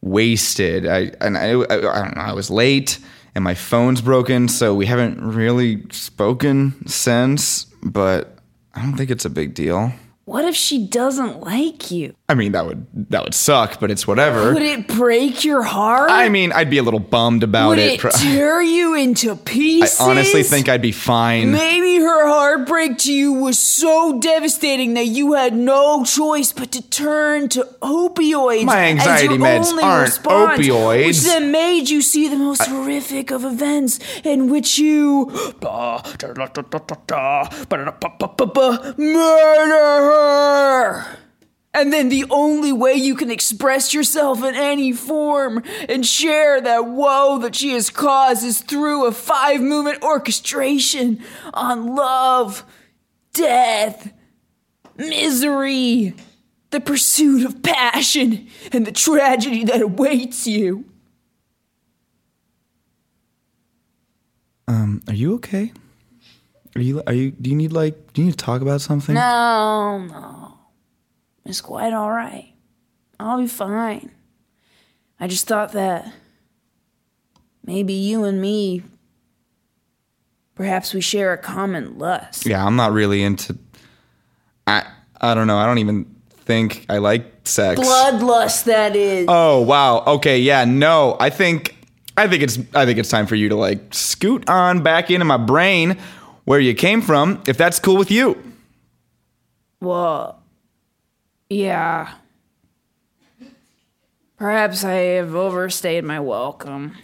S4: wasted. I and I I, I don't know. I was late, and my phone's broken, so we haven't really spoken since. But I don't think it's a big deal.
S5: What if she doesn't like you?
S4: I mean, that would that would suck, but it's whatever.
S5: Would it break your heart?
S4: I mean, I'd be a little bummed about
S5: Would
S4: it.
S5: it
S4: Pro-
S5: tear you into
S4: I
S5: pieces?
S4: honestly think I'd be fine.
S5: Maybe her heartbreak to you was so devastating that you had no choice but to turn to opioids.
S4: My anxiety
S5: as your
S4: meds
S5: only
S4: aren't
S5: response, Which
S4: opioids.
S5: then made you see the most horrific of events in which you. Murder her! And then the only way you can express yourself in any form and share that woe that she has caused is through a five movement orchestration on love, death, misery, the pursuit of passion, and the tragedy that awaits you.
S4: Are you okay? Are you are you do you need like do you need to talk about something?
S5: No, no. It's quite all right. I'll be fine. I just thought that Maybe you and me. Perhaps we share a common lust.
S4: Yeah, I'm not really into. I I don't know. I don't even think I like sex.
S5: Bloodlust, that is.
S4: Oh wow. Okay. Yeah. No. I think I think it's I think it's time for you to like scoot on back into my brain where you came from, if that's cool with you.
S5: Well, yeah. Perhaps I have overstayed my welcome.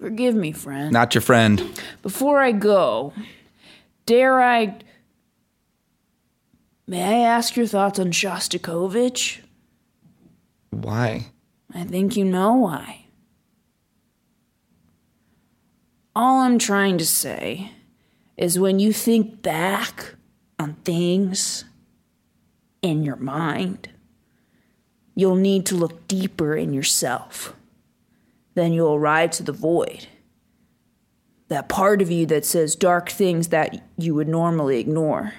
S5: Forgive me, friend.
S4: Not your friend.
S5: Before I go, dare I. May I ask your thoughts on Shostakovich?
S4: Why?
S5: I think you know why. All I'm trying to say is when you think back on things in your mind, you'll need to look deeper in yourself. Then you'll arrive to the void. That part of you that says dark things that you would normally ignore.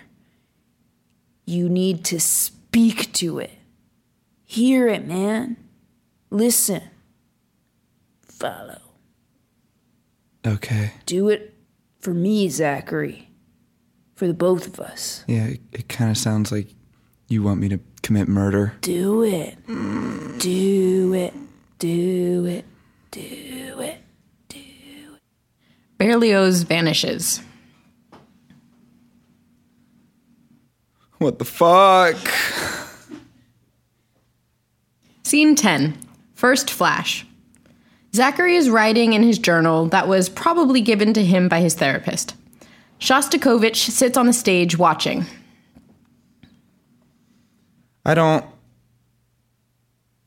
S5: You need to speak to it. Hear it, man. Listen. Follow.
S4: Okay.
S5: Do it for me, Zachary. For the both of us.
S4: Yeah. It, it kind of sounds like you want me to commit murder.
S5: Do it. Do it. Do it. Do it.
S6: Berlioz vanishes.
S4: What the fuck?
S6: Scene 10 First Flash. Zachary is writing in his journal that was probably given to him by his therapist. Shostakovich sits on the stage watching.
S4: I don't.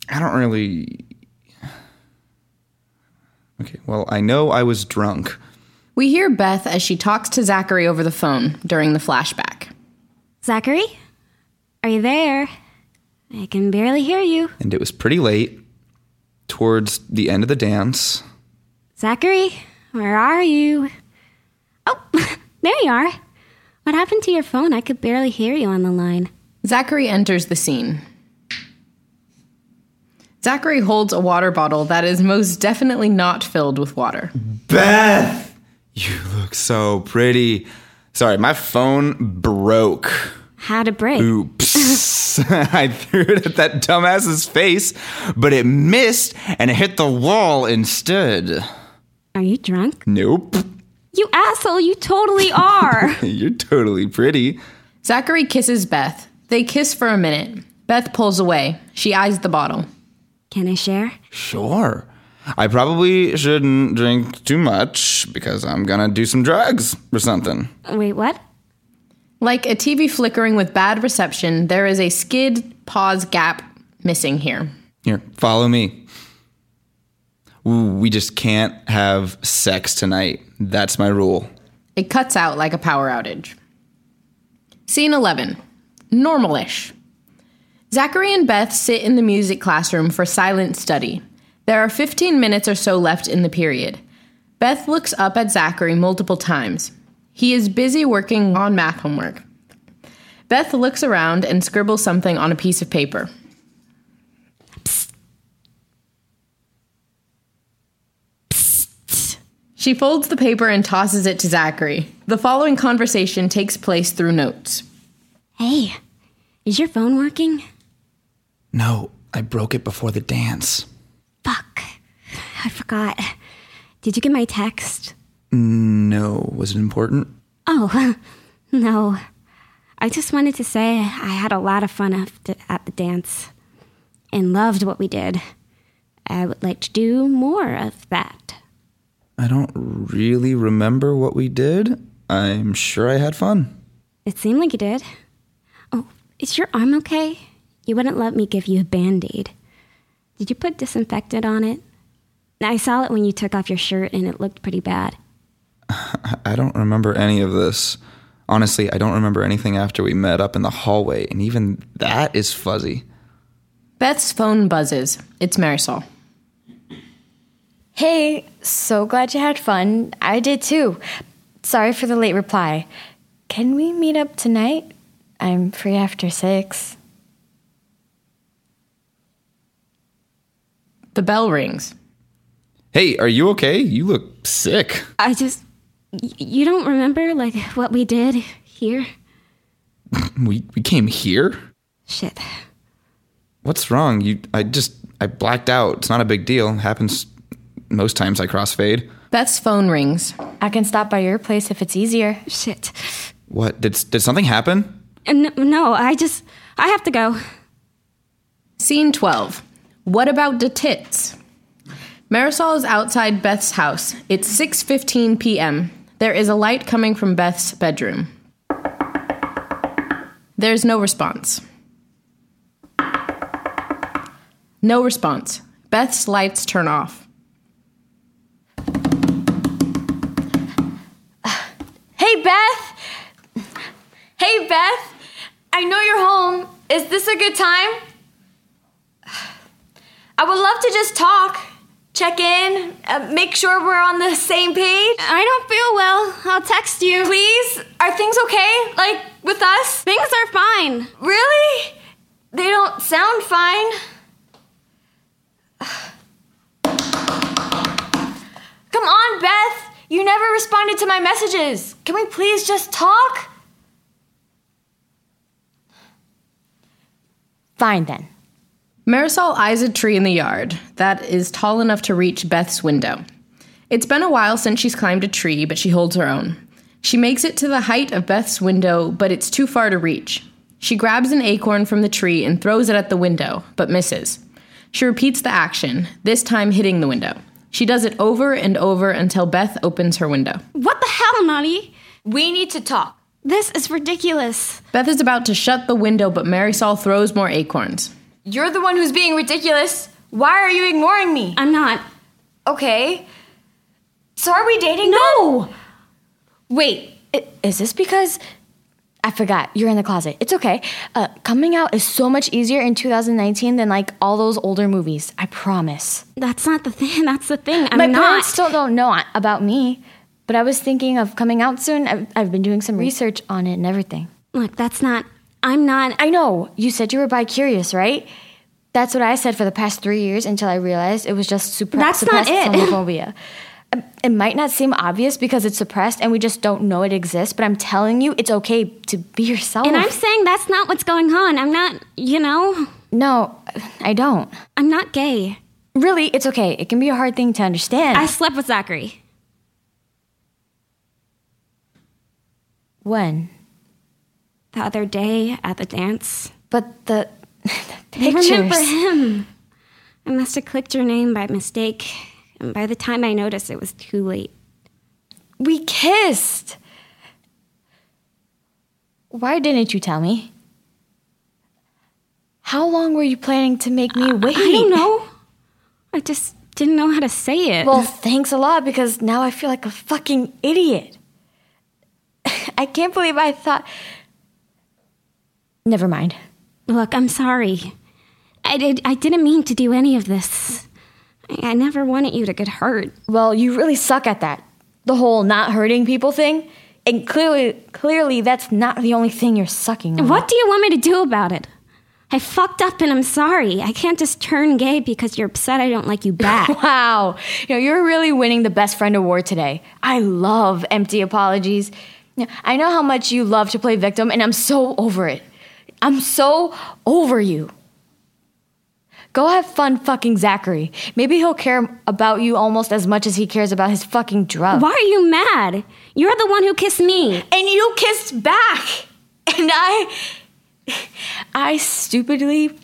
S4: I don't really. Okay, well, I know I was drunk.
S6: We hear Beth as she talks to Zachary over the phone during the flashback.
S3: Zachary? Are you there? I can barely hear you.
S4: And it was pretty late, towards the end of the dance.
S3: Zachary, where are you? Oh, there you are. What happened to your phone? I could barely hear you on the line.
S6: Zachary enters the scene. Zachary holds a water bottle that is most definitely not filled with water.
S4: Beth! You look so pretty. Sorry, my phone broke.
S3: How to break?
S4: Oops. I threw it at that dumbass's face, but it missed and it hit the wall instead.
S3: Are you drunk?
S4: Nope.
S3: You asshole, you totally are.
S4: You're totally pretty.
S6: Zachary kisses Beth. They kiss for a minute. Beth pulls away. She eyes the bottle.
S3: can I share?
S4: Sure. I probably shouldn't drink too much because I'm gonna do some drugs or something.
S3: Wait, what?
S6: Like a TV flickering with bad reception, there is a skid pause gap missing here.
S4: Here, follow me. Ooh, we just can't have sex tonight. That's my rule.
S6: It cuts out like a power outage. Scene 11 Normalish. Zachary and Beth sit in the music classroom for silent study. There are 15 minutes or so left in the period. Beth looks up at Zachary multiple times. He is busy working on math homework. Beth looks around and scribbles something on a piece of paper. She folds the paper and tosses it to Zachary. The following conversation takes place through notes.
S3: Hey, is your phone working?
S4: No, I broke it before the dance.
S3: Fuck. I forgot. Did you get my text?
S4: No, was it important?
S3: Oh, no. I just wanted to say I had a lot of fun after, at the dance and loved what we did. I would like to do more of that.
S4: I don't really remember what we did. I'm sure I had fun.
S3: It seemed like you did. Oh, is your arm okay? You wouldn't let me give you a band aid. Did you put disinfectant on it? I saw it when you took off your shirt and it looked pretty bad.
S4: I don't remember any of this. Honestly, I don't remember anything after we met up in the hallway, and even that is fuzzy.
S6: Beth's phone buzzes. It's Marisol.
S7: Hey, so glad you had fun. I did too. Sorry for the late reply. Can we meet up tonight? I'm free after six.
S6: The bell rings.
S4: Hey, are you okay? You look sick.
S3: I just. y- You don't remember, like, what we did here?
S4: We, we came here?
S3: Shit.
S4: What's wrong? You I just I blacked out. It's not a big deal. Happens most times I crossfade.
S6: Beth's phone rings.
S7: I can stop by your place if it's easier.
S3: Shit.
S4: What? Did did something happen?
S3: And no, I just. I have to go.
S6: Scene 12. What about the tits? Marisol is outside Beth's house. It's 6:15 p.m. There is a light coming from Beth's bedroom. There's no response. No response. Beth's lights turn off.
S7: Hey, Beth! Hey, Beth! I know you're home. Is this a good time? I would love to just talk, check in, uh, make sure we're on the same page.
S3: I don't feel well. I'll text you.
S7: Please, are things okay? Like, with us?
S3: Things are fine.
S7: Really? They don't sound fine. Come on, Beth! You never responded to my messages. Can we please just talk? Fine then.
S6: Marisol eyes a tree in the yard that is tall enough to reach Beth's window. It's been a while since she's climbed a tree, but she holds her own. She makes it to the height of Beth's window, but it's too far to reach. She grabs an acorn from the tree and throws it at the window, but misses. She repeats the action, this time hitting the window. She does it over and over until Beth opens her window.
S3: What the hell, Nutty?
S7: We need to talk.
S3: This is ridiculous.
S6: Beth is about to shut the window, but Marisol throws more acorns.
S7: You're the one who's being ridiculous. Why are you ignoring me?
S3: I'm not.
S7: Okay. So are we dating? No. Wait. i- Is this because I forgot you're in the closet? It's okay. Uh, coming out is so much easier in 2019 than like all those older movies. I promise.
S3: That's not the thing. That's the thing. I'm
S7: My
S3: not.
S7: parents still don't know a- about me, but I was thinking of coming out soon. I've, I've been doing some research on it and everything.
S3: Look, that's not. I'm not.
S7: I know you said you were bi curious, right? That's what I said for the past three years until I realized it was just suppressed,
S3: That's not
S7: suppressed
S3: it.
S7: homophobia. Um, It might not seem obvious because it's suppressed and we just don't know it exists, but I'm telling you, it's okay to be yourself.
S3: And I'm saying that's not what's going on. I'm not, you know,
S7: no, I don't.
S3: I'm not gay.
S7: Really, it's okay. It can be a hard thing to understand.
S3: I slept with Zachary.
S7: when?
S3: The other day at the dance,
S7: But the, the
S3: I remember
S7: pictures.
S3: him. I must have clicked your name by mistake, and by the time I noticed, it was too late.
S7: We kissed. Why didn't you tell me? How long were you planning to make me wait?
S3: I don't know. I just didn't know how to say it.
S7: Well, thanks a lot because now I feel like a fucking idiot. I can't believe I thought. Never mind.
S3: Look, I'm sorry. I did. I didn't mean to do any of this. I, I never wanted you to get hurt.
S7: Well, you really suck at that. The whole not hurting people thing. And clearly, clearly, that's not the only thing you're sucking. on.
S3: What do you want me to do about it? I fucked up and I'm sorry. I can't just turn gay because you're upset I don't like you back.
S7: Wow. You know, you're really winning the best friend award today. I love empty apologies. You know, I know how much you love to play victim, and I'm so over it. I'm so over you. Go have fun fucking Zachary. Maybe he'll care about you almost as much as he cares about his fucking drug.
S3: Why are you mad? You're the one who kissed me.
S7: And you kissed back. And I I stupidly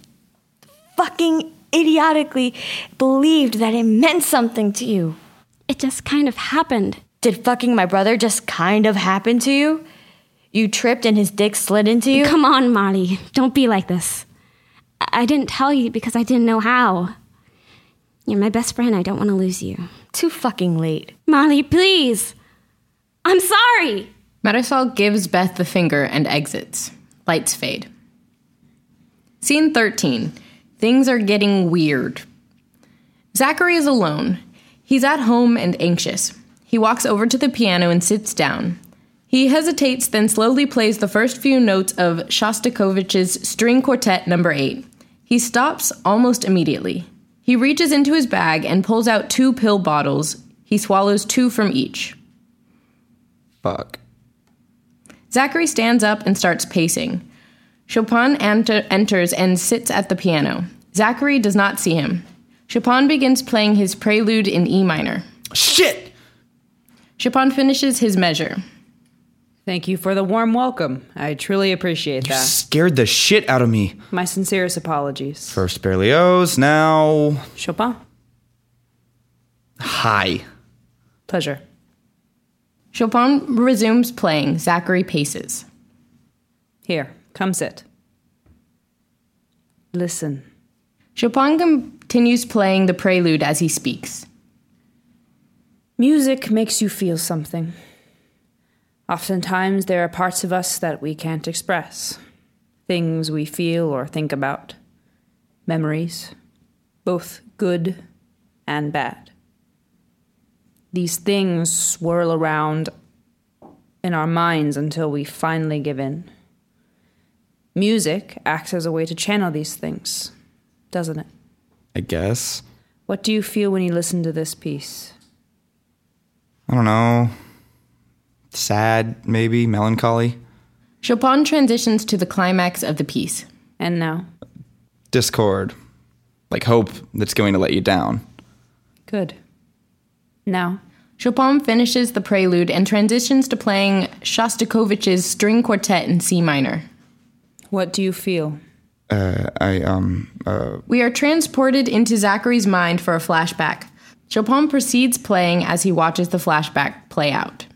S7: fucking idiotically believed that it meant something to you.
S3: It just kind of happened.
S7: Did fucking my brother just kind of happen to you? You tripped and his dick slid into you?
S3: Come on, Molly. Don't be like this. I I didn't tell you because I didn't know how. You're my best friend. I don't want to lose you.
S7: Too fucking late.
S3: Molly, please. I'm sorry.
S6: Marisol gives Beth the finger and exits. Lights fade. Scene 13. Things are getting weird. Zachary is alone. He's at home and anxious. He walks over to the piano and sits down. He hesitates, then slowly plays the first few notes of Shostakovich's String Quartet Number 8. He stops almost immediately. He reaches into his bag and pulls out two pill bottles. He swallows two from each.
S4: Fuck.
S6: Zachary stands up and starts pacing. Chopin enter- enters and sits at the piano. Zachary does not see him. Chopin begins playing his prelude in E minor.
S4: Shit!
S6: Chopin finishes his measure.
S5: Thank you for the warm welcome. I truly appreciate that.
S4: Scared the shit out of me.
S5: My sincerest apologies.
S4: First Berlioz, now.
S5: Chopin,
S4: Hi.
S5: pleasure.
S6: Chopin resumes playing. Zachary paces.
S5: Here, come sit. Listen.
S6: Chopin continues playing the prelude as he speaks.
S5: Music makes you feel something. Oftentimes, there are parts of us that we can't express. Things we feel or think about. Memories. Both good and bad. These things swirl around in our minds until we finally give in. Music acts as a way to channel these things, doesn't it?
S4: I guess.
S5: What do you feel when you listen to this piece?
S4: I don't know. Sad, maybe? Melancholy?
S6: Chopin transitions to the climax of the piece.
S5: And now?
S4: Discord. Like hope that's going to let you down.
S5: Good. Now,
S6: Chopin finishes the prelude and transitions to playing Shostakovich's string quartet in C minor.
S5: what do you feel?
S4: Uh, I, um, uh,
S6: We are transported into Zachary's mind for a flashback. Chopin proceeds playing as he watches the flashback play out.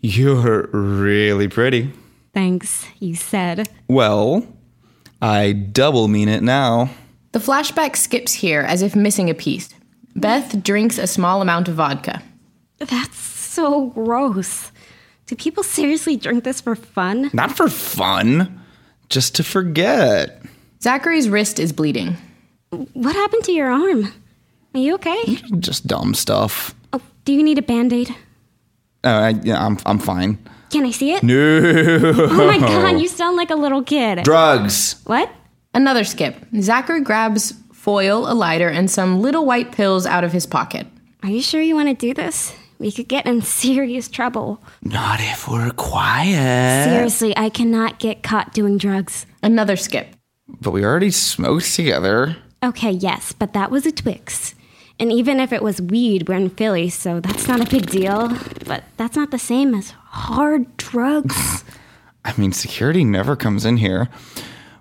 S4: you're really pretty.
S3: Thanks, you said.
S4: Well, I double mean it now.
S6: The flashback skips here as if missing a piece. Beth drinks a small amount of vodka.
S3: That's so gross. Do people seriously drink this for fun?
S4: Not for fun, just to forget.
S6: Zachary's wrist is bleeding.
S3: What happened to your arm? Are you okay?
S4: Just dumb stuff.
S3: Oh, do you need a band aid?
S4: Uh, I, yeah, I'm, I'm fine.
S3: Can I see it?
S4: No.
S3: Oh my god, you sound like a little kid.
S4: Drugs.
S3: What?
S6: Another skip. Zachary grabs foil, a lighter, and some little white pills out of his pocket.
S3: Are you sure you want to do this? We could get in serious trouble.
S4: Not if we're quiet.
S3: Seriously, I cannot get caught doing drugs.
S6: Another skip.
S4: But we already smoked together.
S3: Okay, yes, but that was a Twix. And even if it was weed, we're in Philly, so that's not a big deal. But that's not the same as hard drugs.
S4: I mean, security never comes in here.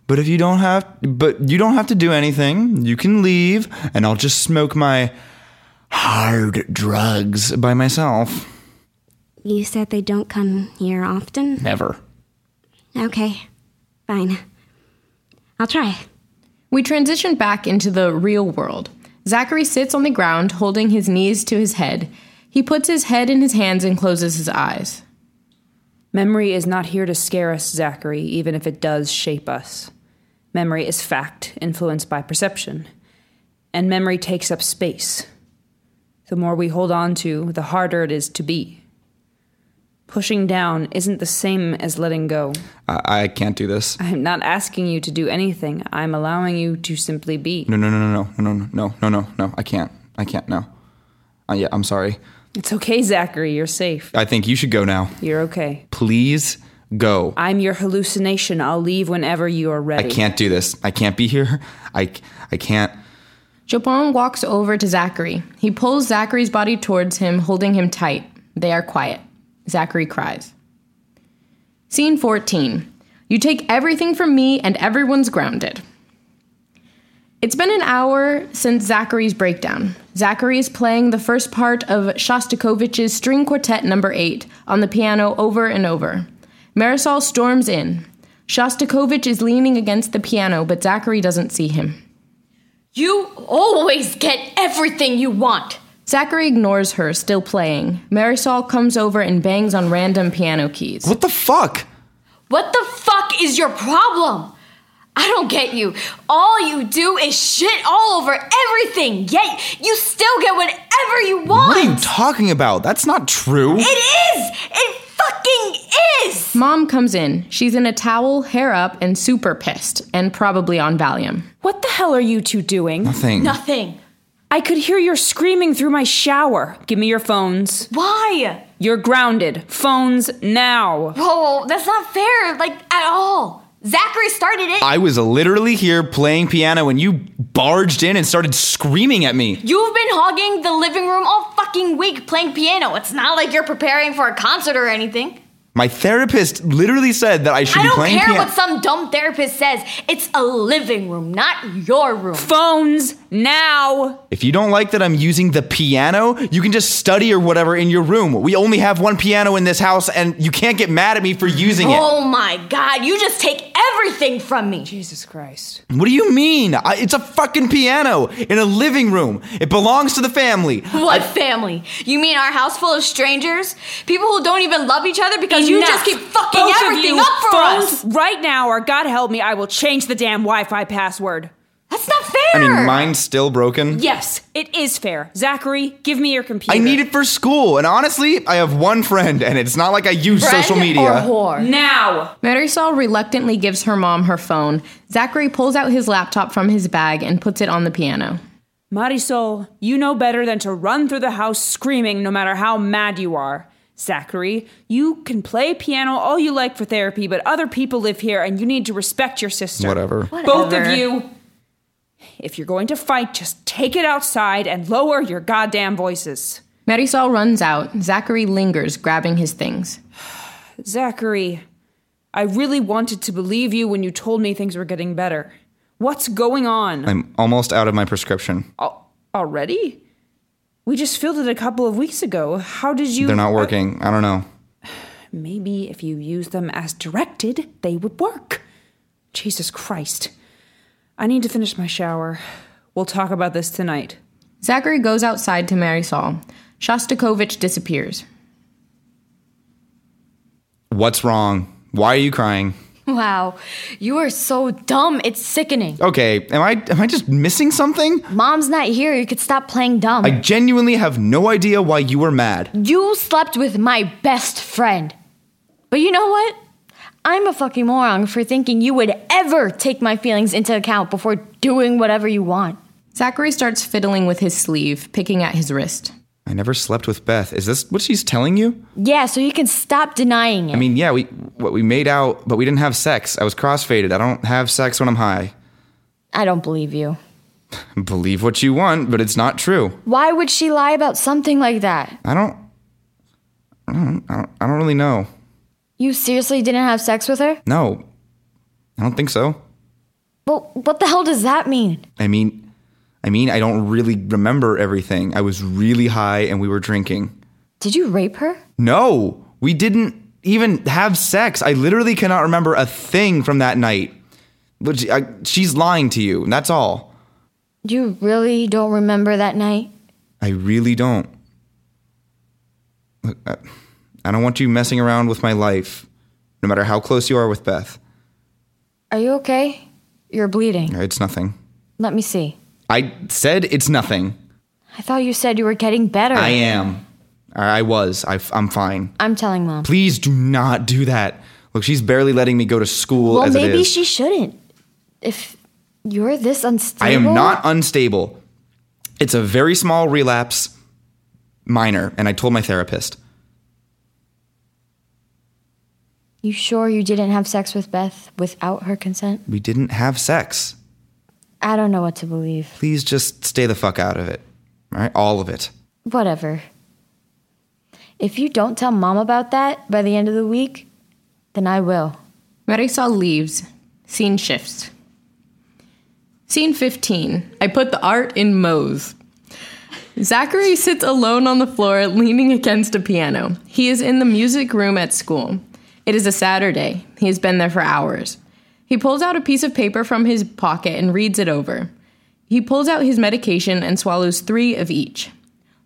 S4: But if you don't have, but you don't have to do anything. You can leave, and I'll just smoke my hard drugs by myself.
S3: you said they don't come here often?
S4: Never.
S3: Okay, fine. I'll try.
S6: We transition back into the real world. Zachary sits on the ground, holding his knees to his head. He puts his head in his hands and closes his eyes.
S5: Memory is not here to scare us, Zachary, even if it does shape us. Memory is fact, influenced by perception. And memory takes up space. The more we hold on to, the harder it is to be. Pushing down isn't the same as letting go.
S4: I, I can't do this.
S5: I'm not asking you to do anything, I'm allowing you to simply be.
S4: No, no, no, no, no, no, no, no, no, no. I can't. I can't. No. Uh, yeah, I'm sorry.
S5: It's okay, Zachary, you're safe.
S4: I think you should go now.
S5: You're okay.
S4: Please go.
S5: I'm your hallucination. I'll leave whenever you are
S4: I
S5: ready.
S4: can't do this. I can't be here. I, c- I can't.
S6: Chopin walks over to Zachary. He pulls Zachary's body towards him, holding him tight. They are quiet. Zachary cries. Scene 14. You take everything from me, and everyone's grounded. It's been an hour since Zachary's breakdown. Zachary is playing the first part of Shostakovich's String Quartet Number 8 on the piano over and over. Marisol storms in. Shostakovich is leaning against the piano, but Zachary doesn't see him.
S7: You always get everything you want.
S6: Zachary ignores her, still playing. Marisol comes over and bangs on random piano keys.
S4: What the fuck?
S7: What the fuck is your problem? I don't get you. All you do is shit all over everything, yet you still get whatever you want.
S4: What are you talking about? That's not true.
S7: it is! It fucking is!
S6: Mom comes in. She's in a towel, hair up, and super pissed, and probably on Valium.
S5: What the hell are you two doing?
S4: Nothing.
S7: Nothing.
S5: I could hear your screaming through my shower. Give me your phones.
S7: Why?
S5: You're grounded. Phones now.
S7: Whoa, that's not fair, like at all. Zachary started it.
S4: I was literally here playing piano when you barged in and started screaming at me.
S7: You've been hogging the living room all fucking week playing piano. It's not like you're preparing for a concert or anything.
S4: My therapist literally said that I should
S7: I
S4: be
S7: don't
S4: playing
S7: care
S4: piano.
S7: what some dumb therapist says. It's a living room, not your room.
S5: Phones now.
S4: if you don't like that I'm using the piano, you can just study or whatever in your room. We only have one piano in this house and you can't get mad at me for using
S7: Oh my god, you just take everything from me.
S5: Jesus Christ.
S4: it. What do you mean? I, it's a fucking piano in a living room. It belongs to the family.
S7: What family? You mean our house full of strangers? People who don't even love each other because you
S5: Enough.
S7: just keep fucking
S5: Both of
S7: everything
S5: you,
S7: up for
S5: phones
S7: us.
S5: right now, or God help me, I will change the damn Wi-Fi password.
S7: That's not fair.
S4: I mean, mine's still broken.
S5: Yes, it is fair. Zachary, give me your computer.
S4: I need it for school, and honestly, I have one friend, and it's not like I use social
S7: Friend
S4: media.
S7: Or whore.
S5: now.
S6: Marisol reluctantly gives her mom her phone. Zachary pulls out his laptop from his bag and puts it on the piano.
S5: Marisol, you know better than to run through the house screaming no matter how mad you are. Zachary, you can play piano all you like for therapy, but other people live here and you need to respect your sister.
S4: Whatever.
S5: Both
S7: Whatever.
S5: of you, if you're going to fight, just take it outside and lower your goddamn voices.
S6: Marisol runs out. Zachary lingers, grabbing his things.
S5: Zachary, I really wanted to believe you when you told me things were getting better. What's going on?
S4: I'm almost out of my prescription.
S5: Al- already? We just filled it a couple of weeks ago. How did you.
S4: They're not working. I don't know.
S5: Maybe if you use them as directed, they would work. Jesus Christ. I need to finish my shower. We'll talk about this tonight.
S6: Zachary goes outside to Marisol. Shostakovich disappears.
S4: What's wrong? Why are you crying?
S7: Wow, you are so dumb. It's sickening.
S4: Okay, am I am I just missing something?
S7: Mom's not here. You could stop playing dumb.
S4: I genuinely have no idea why you were mad.
S7: You slept with my best friend. But you know what? I'm a fucking moron for thinking you would ever take my feelings into account before doing whatever you want.
S6: Zachary starts fiddling with his sleeve, picking at his wrist.
S4: I never slept with Beth. Is this what she's telling you?
S7: Yeah, so you can stop denying it.
S4: I mean, yeah, we what we made out, but we didn't have sex. I was crossfaded. I don't have sex when I'm high.
S7: I don't believe you.
S4: Believe what you want, but it's not true.
S7: Why would she lie about something like that?
S4: I don't I don't I don't, I don't really know.
S7: You seriously didn't have sex with her?
S4: No. I don't think so.
S7: Well, what the hell does that mean?
S4: I mean, I mean, I don't really remember everything. I was really high and we were drinking.
S7: Did you rape her?
S4: No, we didn't even have sex. I literally cannot remember a thing from that night. But she, I, she's lying to you, and that's all.
S7: You really don't remember that night?
S4: I really don't. Look, I, I don't want you messing around with my life, no matter how close you are with Beth.
S7: Are you okay? You're bleeding.
S4: It's nothing.
S7: Let me see.
S4: I said it's nothing.
S7: I thought you said you were getting better.
S4: I am. Or I was. I, am fine.
S7: I'm telling mom.
S4: Please do not do that. Look, she's barely letting me go to school
S7: Well,
S4: as it
S7: maybe
S4: is.
S7: she shouldn't. If you're this unstable,
S4: I am not unstable. It's a very small relapse, minor, and I told my therapist.
S7: You sure you didn't have sex with Beth without her consent?
S4: We didn't have sex.
S7: I don't know what to believe.
S4: Please just stay the fuck out of it. All right? All of it.
S7: Whatever. If you don't tell mom about that by the end of the week, then I will.
S6: Marisol leaves. Scene shifts. Scene 15. I put the art in Moe's. Zachary sits alone on the floor, leaning against a piano. He is in the music room at school. It is a Saturday. He has been there for hours. He pulls out a piece of paper from his pocket and reads it over. He pulls out his medication and swallows three of each.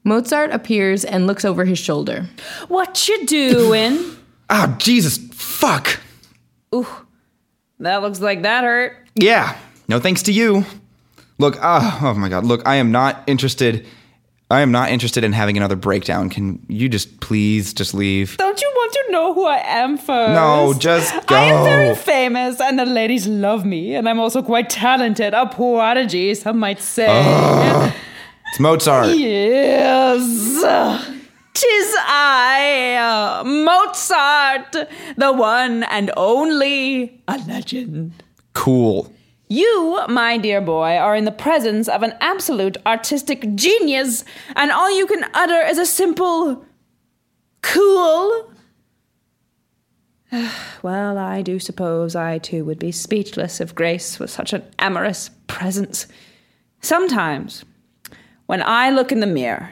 S6: Mozart appears and looks over his shoulder.
S5: What you doing?
S4: Ah, Jesus. Fuck.
S5: that looks like that hurt.
S4: Yeah. No thanks to you. Look, ah, oh my God. Look, I am not interested. I am not interested in having another breakdown. Can you just please just leave?
S5: Don't you want to know who I am first?
S4: No, just
S5: I am
S4: go.
S5: very famous, and the ladies love me, and I'm also quite talented. A prodigy, some might say.
S4: It's Mozart.
S5: Yes. Tis I, Mozart, the one and only, a legend.
S4: Cool.
S5: You, my dear boy, are in the presence of an absolute artistic genius, and all you can utter is a simple, cool. well, I do suppose I too would be speechless if Grace was such an amorous presence. Sometimes, when I look in the mirror,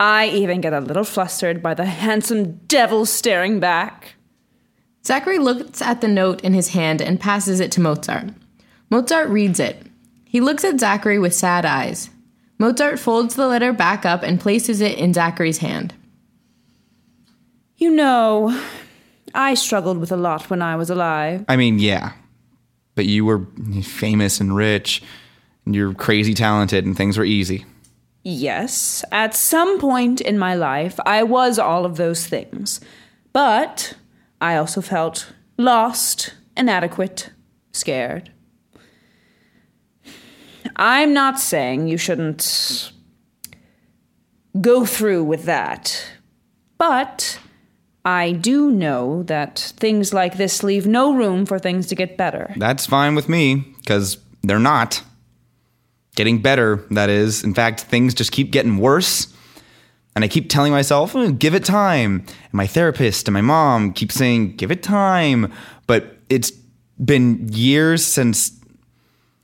S5: I even get a little flustered by the handsome devil staring back.
S6: Zachary looks at the note in his hand and passes it to Mozart. Mozart reads it. He looks at Zachary with sad eyes. Mozart folds the letter back up and places it in Zachary's hand.
S5: You know, I struggled with a lot when I was alive.
S4: I mean, yeah. But you were famous and rich, and you're crazy talented, and things were easy.
S5: Yes, at some point in my life, I was all of those things. But I also felt lost, inadequate, scared. I'm not saying you shouldn't go through with that, but I do know that things like this leave no room for things to get better.
S4: That's fine with me, because they're not. Getting better, that is. In fact, things just keep getting worse. And I keep telling myself, "Oh, give it time. And my therapist and my mom keep saying, give it time. But it's been years since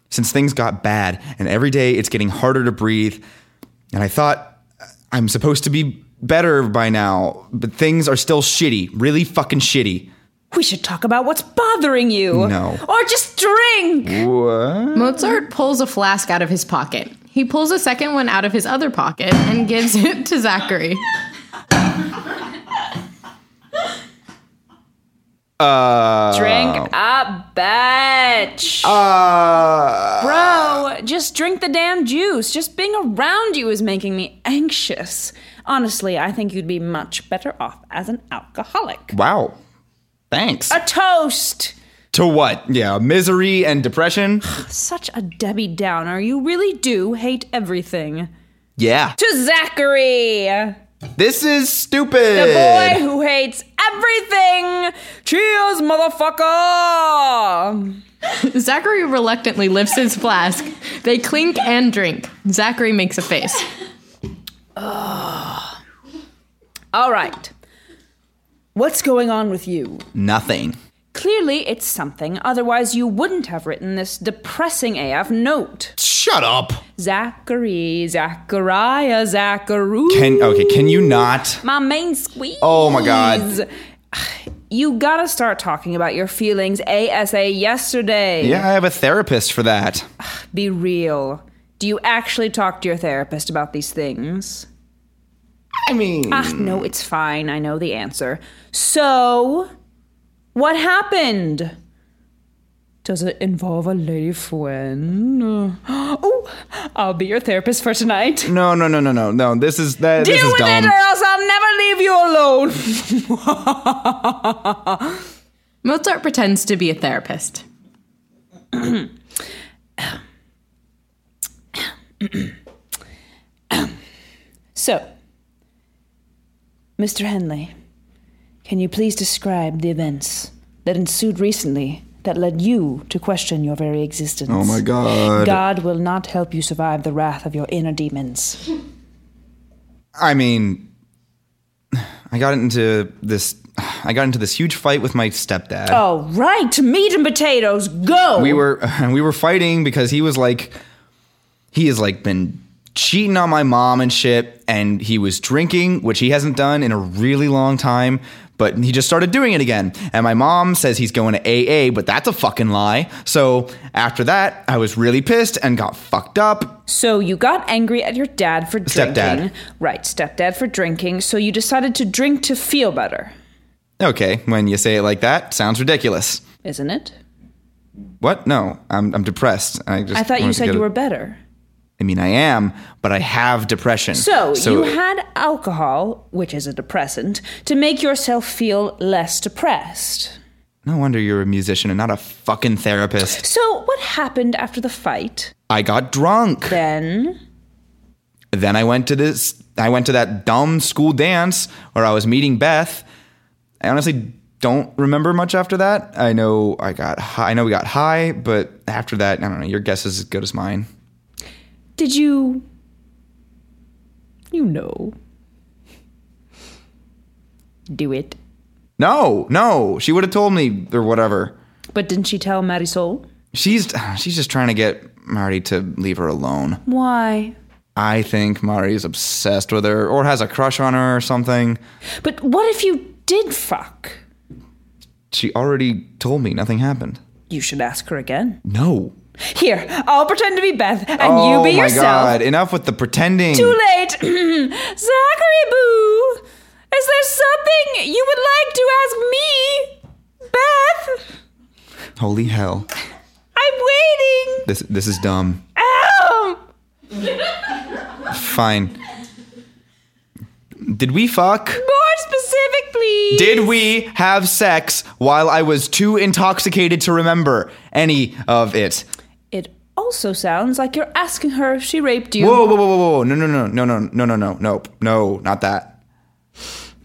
S4: since things got bad, and every day it's getting harder to breathe. And I thought I'm supposed to be better by now, but things are still shitty, really fucking shitty.
S5: We should talk about what's bothering you.
S4: No.
S5: Or just drink.
S6: Mozart pulls a flask out of his pocket. He pulls a second one out of his other pocket and gives it to Zachary.
S4: Uh,
S5: Drink a bitch. Uh, Bro, just drink the damn juice. Just being around you is making me anxious. Honestly, I think you'd be much better off as an alcoholic.
S4: Wow. Thanks.
S5: A toast!
S4: to what? Yeah, misery and depression?
S5: Such a Debbie Downer. You really do hate everything.
S4: Yeah.
S5: To Zachary,
S4: This is stupid.
S5: the boy who hates everything. Cheers, motherfucker!
S6: Zachary reluctantly lifts his flask. They clink and drink. Zachary makes a face.
S5: All right. What's going on with you?
S4: Nothing.
S5: Clearly, it's something, otherwise, you wouldn't have written this depressing AF note.
S4: Shut up.
S5: Zachary, Zachariah, Zacharu.
S4: Can okay, can you not?
S5: my main squeeze.
S4: Oh my god.
S5: You gotta start talking about your feelings ASA yesterday.
S4: Yeah, I have a therapist for that.
S5: Be real. Do you actually talk to your therapist about these things?
S4: I mean,
S5: Ah, no, it's fine. I know the answer. So, what happened? Does it involve a lady friend? Oh, I'll be your therapist for tonight.
S4: no, no, no, no, no, no. This is that. This
S5: Deal
S4: is
S5: with it,
S4: dumb.
S5: or else I'll never leave you alone.
S6: Mozart pretends to be a therapist.
S5: So, Mr. Henley, can you please describe the events that ensued recently that led you to question your very existence?
S4: Oh my god.
S5: God will not help you survive the wrath of your inner demons.
S4: I mean, I got into this. I got into this huge fight with my stepdad.
S5: Oh, right, meat and potatoes, go!
S4: we were and we were fighting because he was like he has like been cheating on my mom and shit and he was drinking which he hasn't done in a really long time but he just started doing it again and my mom says he's going to AA but that's a fucking lie so after that I was really pissed and got fucked up
S5: So you got angry at your dad for
S4: Stepdad.
S5: drinking. Right, stepdad for drinking, so you decided to drink to feel better,
S4: okay when you say it like that sounds ridiculous
S5: isn't it?
S4: what no I'm I'm depressed I just
S5: I thought you
S4: wanted to
S5: said
S4: go
S5: you
S4: to-
S5: were better.
S4: I mean I am but I have depression
S5: So, you had alcohol, which is a depressant, to make yourself feel less depressed.
S4: no wonder you're a musician and not a fucking therapist
S5: So what happened after the fight?
S4: I got drunk
S5: Then
S4: Then I went to this I went to that dumb school dance where I was meeting Beth. I honestly don't remember much after that. I know I got hi- I know we got high, but after that, I don't know. Your guess is as good as mine.
S5: Did you. You know. Do it.
S4: No, no. She would have told me or whatever.
S5: But didn't she tell Marisol?
S4: She's she's just trying to get Marty to leave her alone.
S5: Why?
S4: I think Marty is obsessed with her or has a crush on her or something.
S5: But what if you did fuck?
S4: She already told me nothing happened.
S5: You should ask her again.
S4: No.
S5: Here, I'll pretend to be Beth and
S4: oh
S5: you be
S4: my
S5: yourself.
S4: god, enough with the pretending.
S5: Too late. Zachary Boo, is there something you would like to ask me? Beth,
S4: Holy hell.
S5: I'm waiting.
S4: This this is dumb.
S5: Ow!
S4: Fine. Did we fuck?
S5: More specific, please.
S4: Did we have sex while I was too intoxicated to remember any of it?
S5: it also sounds like you're asking her if she raped you.
S4: Whoa, whoa, whoa, whoa, whoa. No, no, no, no, no, no, no, no, no, no, not that.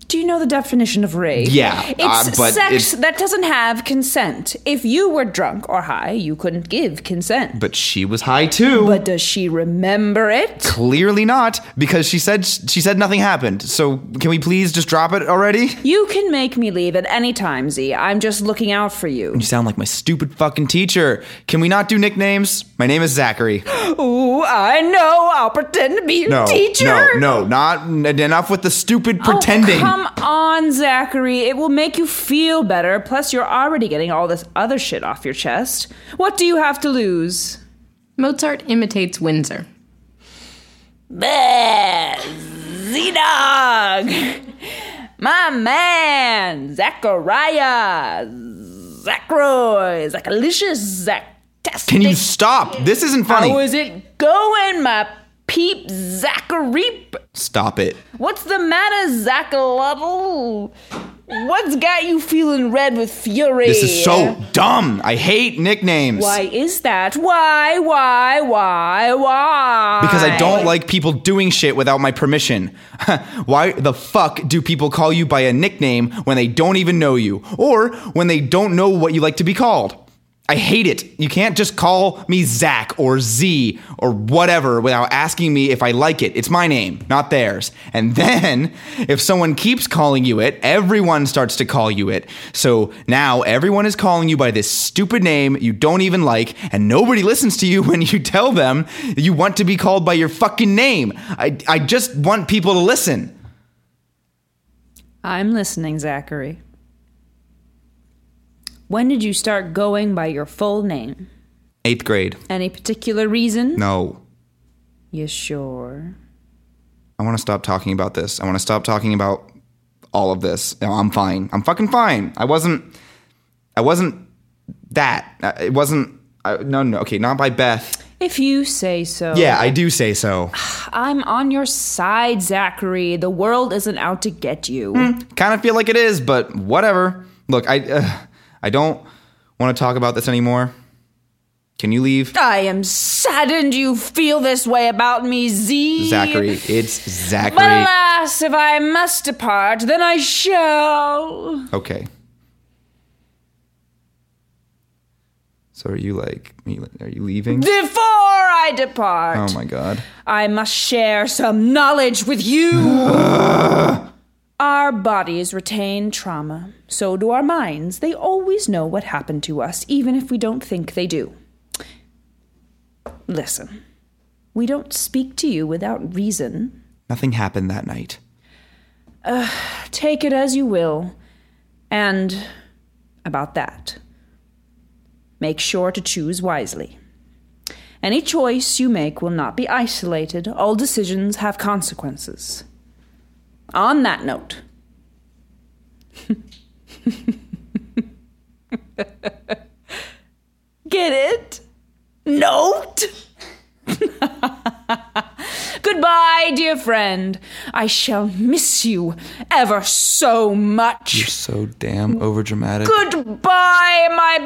S5: Do you know the definition of rape?
S4: Yeah,
S5: It's
S4: uh, but
S5: sex
S4: it's-
S5: that doesn't have consent. If you were drunk or high, you couldn't give consent.
S4: But she was high too.
S5: But does she remember it?
S4: Clearly not, because she said she said nothing happened. So can we please just drop it already?
S5: You can make me leave at any time, Z. I'm just looking out for you.
S4: You sound like my stupid fucking teacher. Can we not do nicknames? My name is Zachary.
S5: Ooh, I know. I'll pretend to be your
S4: No,
S5: teacher.
S4: no, no, not n- enough with the stupid
S5: Oh,
S4: pretending.
S5: come on, Zachary. It will make you feel better. Plus, you're already getting all this other shit off your chest. What do you have to lose?
S6: Mozart imitates Windsor.
S5: Z Dog! My man, Zachariah! Zachroy! Zachalicious! Zactastic!
S4: Can you stop? This isn't funny.
S5: How is it going, my peep Zachary?
S4: stop it.
S5: What's the matter, Zachalubble? What's got you feeling red with fury?
S4: This is so dumb. I hate nicknames.
S5: Why is that? Why, why, why, why?
S4: Because I don't like people doing shit without my permission. Why the fuck do people call you by a nickname when they don't even know you or when they don't know what you like to be called? I hate it. You can't just call me Zach or Z or whatever without asking me if I like it. It's my name, not theirs. And then if someone keeps calling you it, everyone starts to call you it. So now everyone is calling you by this stupid name you don't even like, and nobody listens to you when you tell them you want to be called by your fucking name. I, I just want people to listen.
S5: I'm listening, Zachary. When did you start going by your full name?
S4: Eighth grade.
S5: Any particular reason?
S4: No.
S5: You sure?
S4: I want to stop talking about this. I want to stop talking about all of this. No, I'm fine. I'm fucking fine. I wasn't. I wasn't that. Uh, It wasn't. I, no, no. Okay, not by Beth.
S5: If you say so.
S4: Yeah, I do say so.
S5: I'm on your side, Zachary. The world isn't out to get you.
S4: kind of feel like it is, but whatever. Look, I. Uh, I don't want to talk about this anymore. Can you leave,
S5: I am saddened you feel this way about me, Z.
S4: Zachary? It's
S5: But
S4: Zachary.
S5: alas, if I must depart, then I shall.
S4: Okay. So are you like? Are you, are you leaving?
S5: Before I depart,
S4: Oh my god.
S5: I must share some knowledge with you. our bodies retain trauma, so do our minds. They always know what happened to us, even if we don't think they do. Listen, we don't speak to you without reason.
S4: Nothing happened that night.
S5: take it as you will. And about that, make sure to choose wisely. Any choice you make will not be isolated, all decisions have consequences. On that note, get it? Note? Goodbye, dear friend. I shall miss you ever so much.
S4: You're so damn overdramatic.
S5: Goodbye, my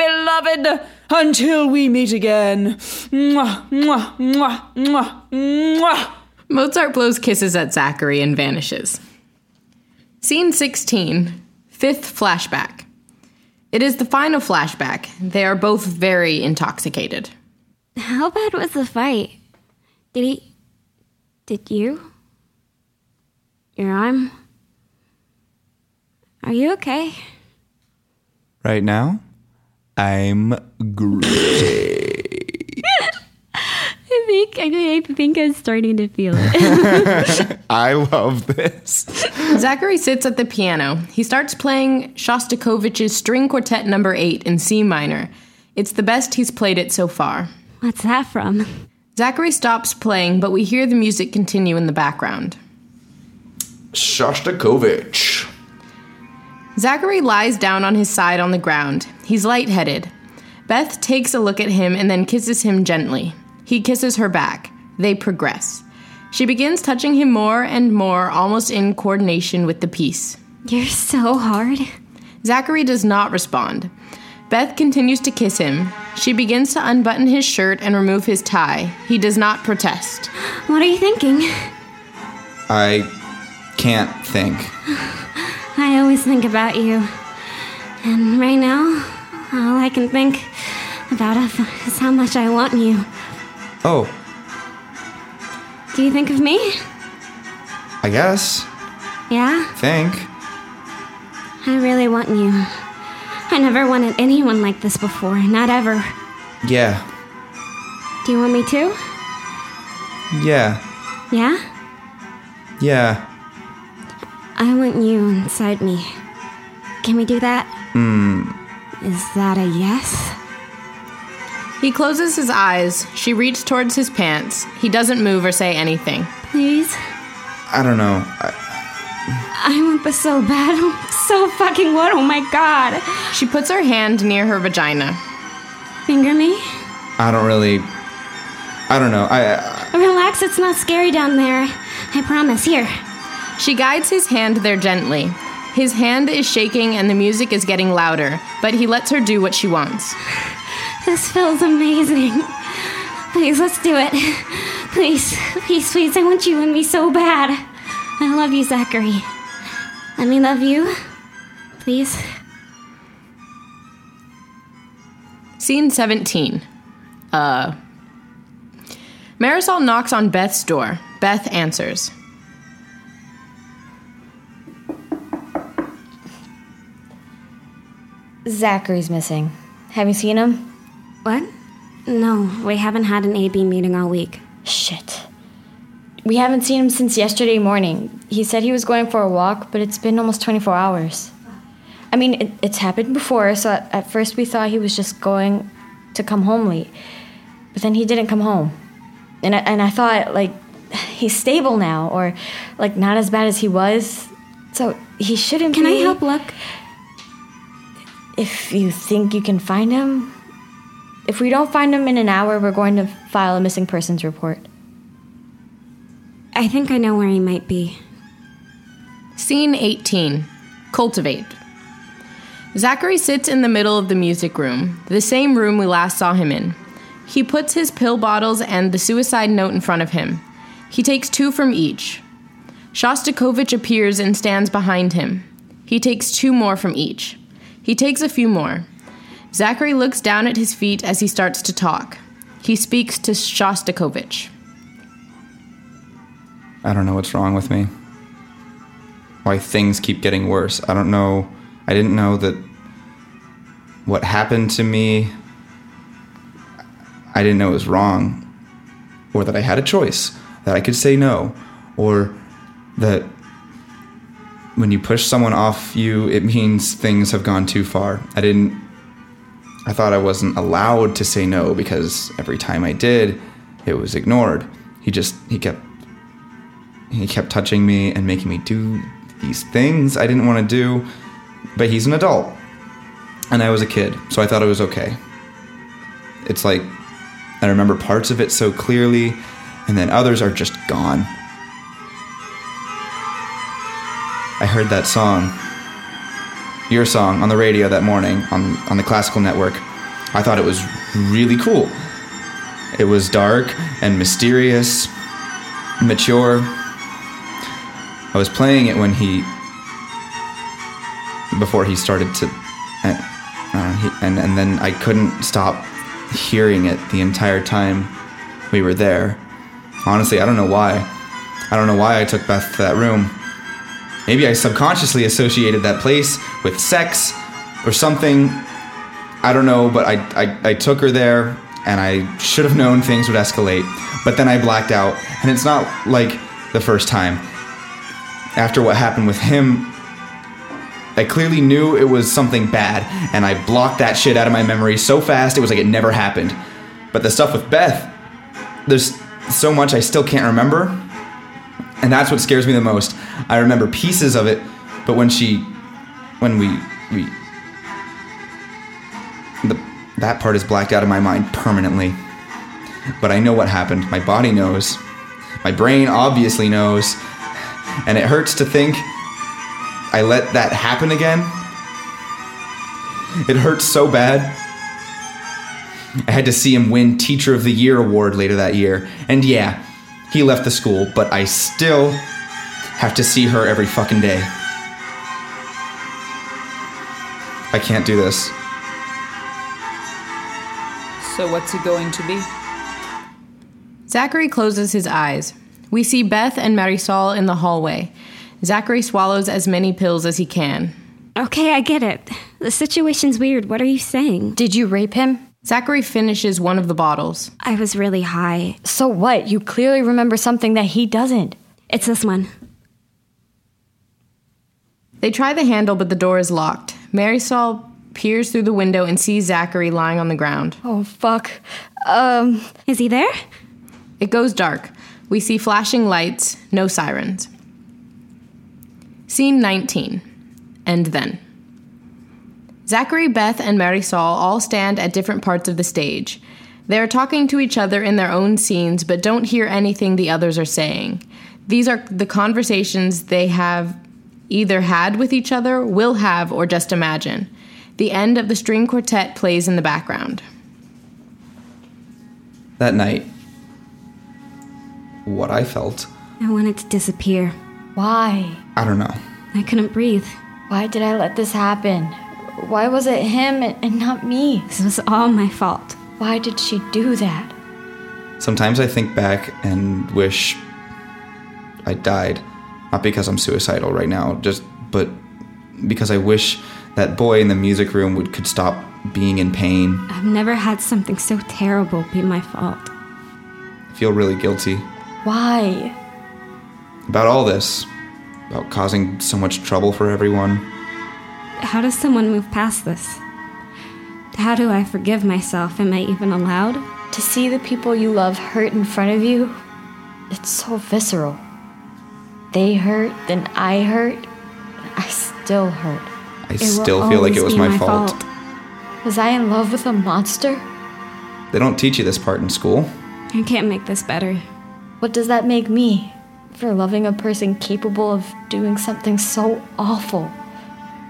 S5: beloved, until we meet again. Mwah, mwah, mwah, mwah, mwah.
S6: Mozart blows kisses at Zachary and vanishes. Scene 16, fifth flashback. It is the final flashback. They are both very intoxicated.
S3: How bad was the fight? Did he. Did you? Your arm? Are you okay?
S4: Right now, I'm great.
S3: I think I, I think I'm starting to feel it.
S4: I love this.
S6: Zachary sits at the piano. He starts playing Shostakovich's String Quartet Number 8 in C minor. It's the best he's played it so far.
S3: What's that from?
S6: Zachary stops playing, but we hear the music continue in the background.
S4: Shostakovich.
S6: Zachary lies down on his side on the ground. He's lightheaded. Beth takes a look at him and then kisses him gently. He kisses her back. They progress. She begins touching him more and more, almost in coordination with the piece.
S3: You're so hard.
S6: Zachary does not respond. Beth continues to kiss him. She begins to unbutton his shirt and remove his tie. He does not protest.
S3: What are you thinking?
S4: I can't think.
S3: I always think about you. And right now, all I can think about is how much I want you.
S4: Oh,
S3: Do you think of me?
S4: I guess.
S3: Yeah,
S4: Think.
S3: I really want you. I never wanted anyone like this before, not ever.
S4: Yeah.
S3: Do you want me to?
S4: Yeah.
S3: Yeah?
S4: Yeah.
S3: I want you inside me. Can we do that? Hmm. Is that a yes?
S6: He closes his eyes. She reaches towards his pants. He doesn't move or say anything.
S3: Please?
S4: I don't know. I,
S3: I want this so bad. I'm so fucking what? Oh my god.
S6: She puts her hand near her vagina.
S3: Finger me?
S4: I don't really. I don't know. I,
S3: Relax, it's not scary down there. I promise. Here.
S6: She guides his hand there gently. His hand is shaking and the music is getting louder, but he lets her do what she wants.
S3: This feels amazing. Please, let's do it. Please, please, please. I want you and me so bad. I love you, Zachary. Let me love you. Please.
S6: Scene 17. Uh. Marisol knocks on Beth's door. Beth answers.
S2: Zachary's missing. Have you seen him?
S3: What? No, we haven't had an AB meeting all week.
S2: Shit. We haven't seen him since yesterday morning. He said he was going for a walk, but it's been almost 24 hours. I mean, it, it's happened before, so at, at first we thought he was just going to come home late. But then he didn't come home. And I, and I thought, like, he's stable now, or, like, not as bad as he was. So he shouldn't
S3: Can I
S2: be-
S3: help look?
S2: If you think you can find him, if we don't find him in an hour, we're going to file a missing persons report.
S3: I think I know where he might be.
S6: Scene 18 Cultivate. Zachary sits in the middle of the music room, the same room we last saw him in. He puts his pill bottles and the suicide note in front of him. He takes two from each. Shostakovich appears and stands behind him. He takes two more from each. He takes a few more. Zachary looks down at his feet as he starts to talk. He speaks to Shostakovich.
S4: I don't know what's wrong with me. Why things keep getting worse. I don't know. I didn't know that what happened to me. I didn't know it was wrong. Or that I had a choice. That I could say no. Or that when you push someone off you, it means things have gone too far. I didn't. I thought I wasn't allowed to say no because every time I did, it was ignored. He just. He kept he kept touching me and making me do these things I didn't want to do. But he's an adult. And I was a kid, so I thought it was okay. It's like I remember parts of it so clearly, and then others are just gone. I heard that song, your song, on the radio that morning on, on the classical network. I thought it was really cool. It was dark and mysterious, mature. I was playing it when he, before he started to, and, uh, he, and and then I couldn't stop hearing it the entire time we were there. Honestly, I don't know why. I don't know why I took Beth to that room. Maybe I subconsciously associated that place with sex or something. I don't know, but I, I, I took her there and I should have known things would escalate. But then I blacked out, and it's not like the first time. After what happened with him, I clearly knew it was something bad, and I blocked that shit out of my memory so fast it was like it never happened. But the stuff with Beth, there's so much I still can't remember, and that's what scares me the most. I remember pieces of it, but when she, when we, we, the, that part is blacked out of my mind permanently. But I know what happened. My body knows. My brain obviously knows. And it hurts to think I let that happen again. It hurts so bad. I had to see him win Teacher of the Year award later that year. And yeah, he left the school, but I still have to see her every fucking day. I can't do this.
S5: So what's it going to be?
S6: Zachary closes his eyes. We see Beth and Marisol in the hallway. Zachary swallows as many pills as he can.
S3: Okay, I get it. The situation's weird. What are you saying?
S2: Did you rape him?
S6: Zachary finishes one of the bottles.
S3: I was really high.
S2: So what? You clearly remember something that he doesn't.
S3: It's this one.
S6: They try the handle, but the door is locked. Marisol peers through the window and sees Zachary lying on the ground.
S2: Oh, fuck. Um,
S3: Is he there?
S6: It goes dark. We see flashing lights, no sirens. Scene 19. And then. Zachary, Beth, and Marisol all stand at different parts of the stage. They are talking to each other in their own scenes, but don't hear anything the others are saying. These are the conversations they have either had with each other, will have, or just imagine. The end of the string quartet plays in the background.
S4: That night, what I felt,
S3: I wanted to disappear.
S2: why?
S4: I don't know.
S3: I couldn't breathe.
S2: Why did I let this happen? Why was it him and and not me?
S3: This was all my fault.
S2: Why did she do that?
S4: Sometimes I think back and wish I died. Not because I'm suicidal right now, just but because I wish that boy in the music room would could stop being in pain.
S3: I've never had something so terrible be my fault.
S4: I feel really guilty
S2: Why?
S4: about all this, about causing so much trouble for everyone.
S3: How does someone move past this? How do I forgive myself? Am I even allowed?
S2: To see the people you love hurt in front of you, it's so visceral. They hurt, then I hurt, I still hurt.
S4: I
S3: It will
S4: still feel like it
S3: always be
S4: was my, fault.
S2: Was I in love with a monster?
S4: They don't teach you this part in school.
S3: I can't make this better.
S2: What does that make me? For loving a person capable of doing something so awful.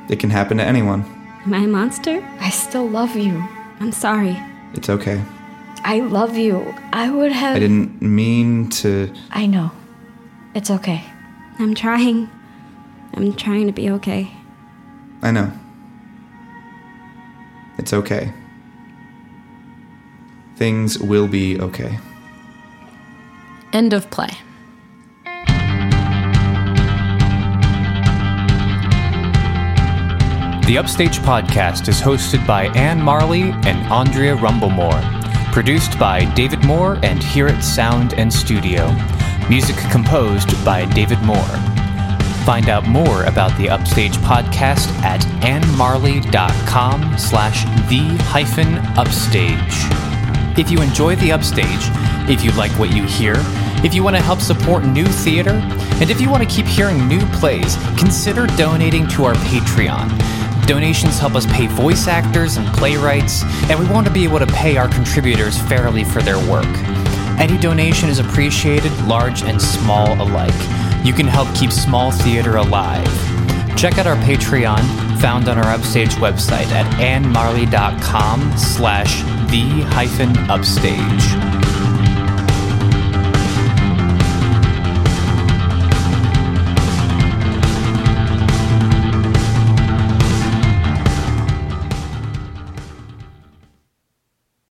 S4: It can happen to anyone.
S3: Am I a monster?
S2: I still love you.
S3: I'm sorry.
S4: It's okay.
S2: I love you. I would have.
S4: I didn't mean to.
S2: I know. It's okay.
S3: I'm trying. I'm trying to be okay.
S4: I know. It's okay. Things will be okay.
S6: End of play.
S8: The Upstage Podcast is hosted by Anne Marley and Andrea Rumblemore. Produced by David Moore and Here at Sound and Studio. Music composed by David Moore. Find out more about the Upstage Podcast at annmarley.com slash the hyphen upstage. If you enjoy the upstage, if you like what you hear, if you want to help support new theater, and if you want to keep hearing new plays, consider donating to our Patreon. Donations help us pay voice actors and playwrights, and we want to be able to pay our contributors fairly for their work. Any donation is appreciated, large and small alike. You can help keep small theater alive. Check out our Patreon, found on our Upstage website at annmarley.com slash the hyphen upstage.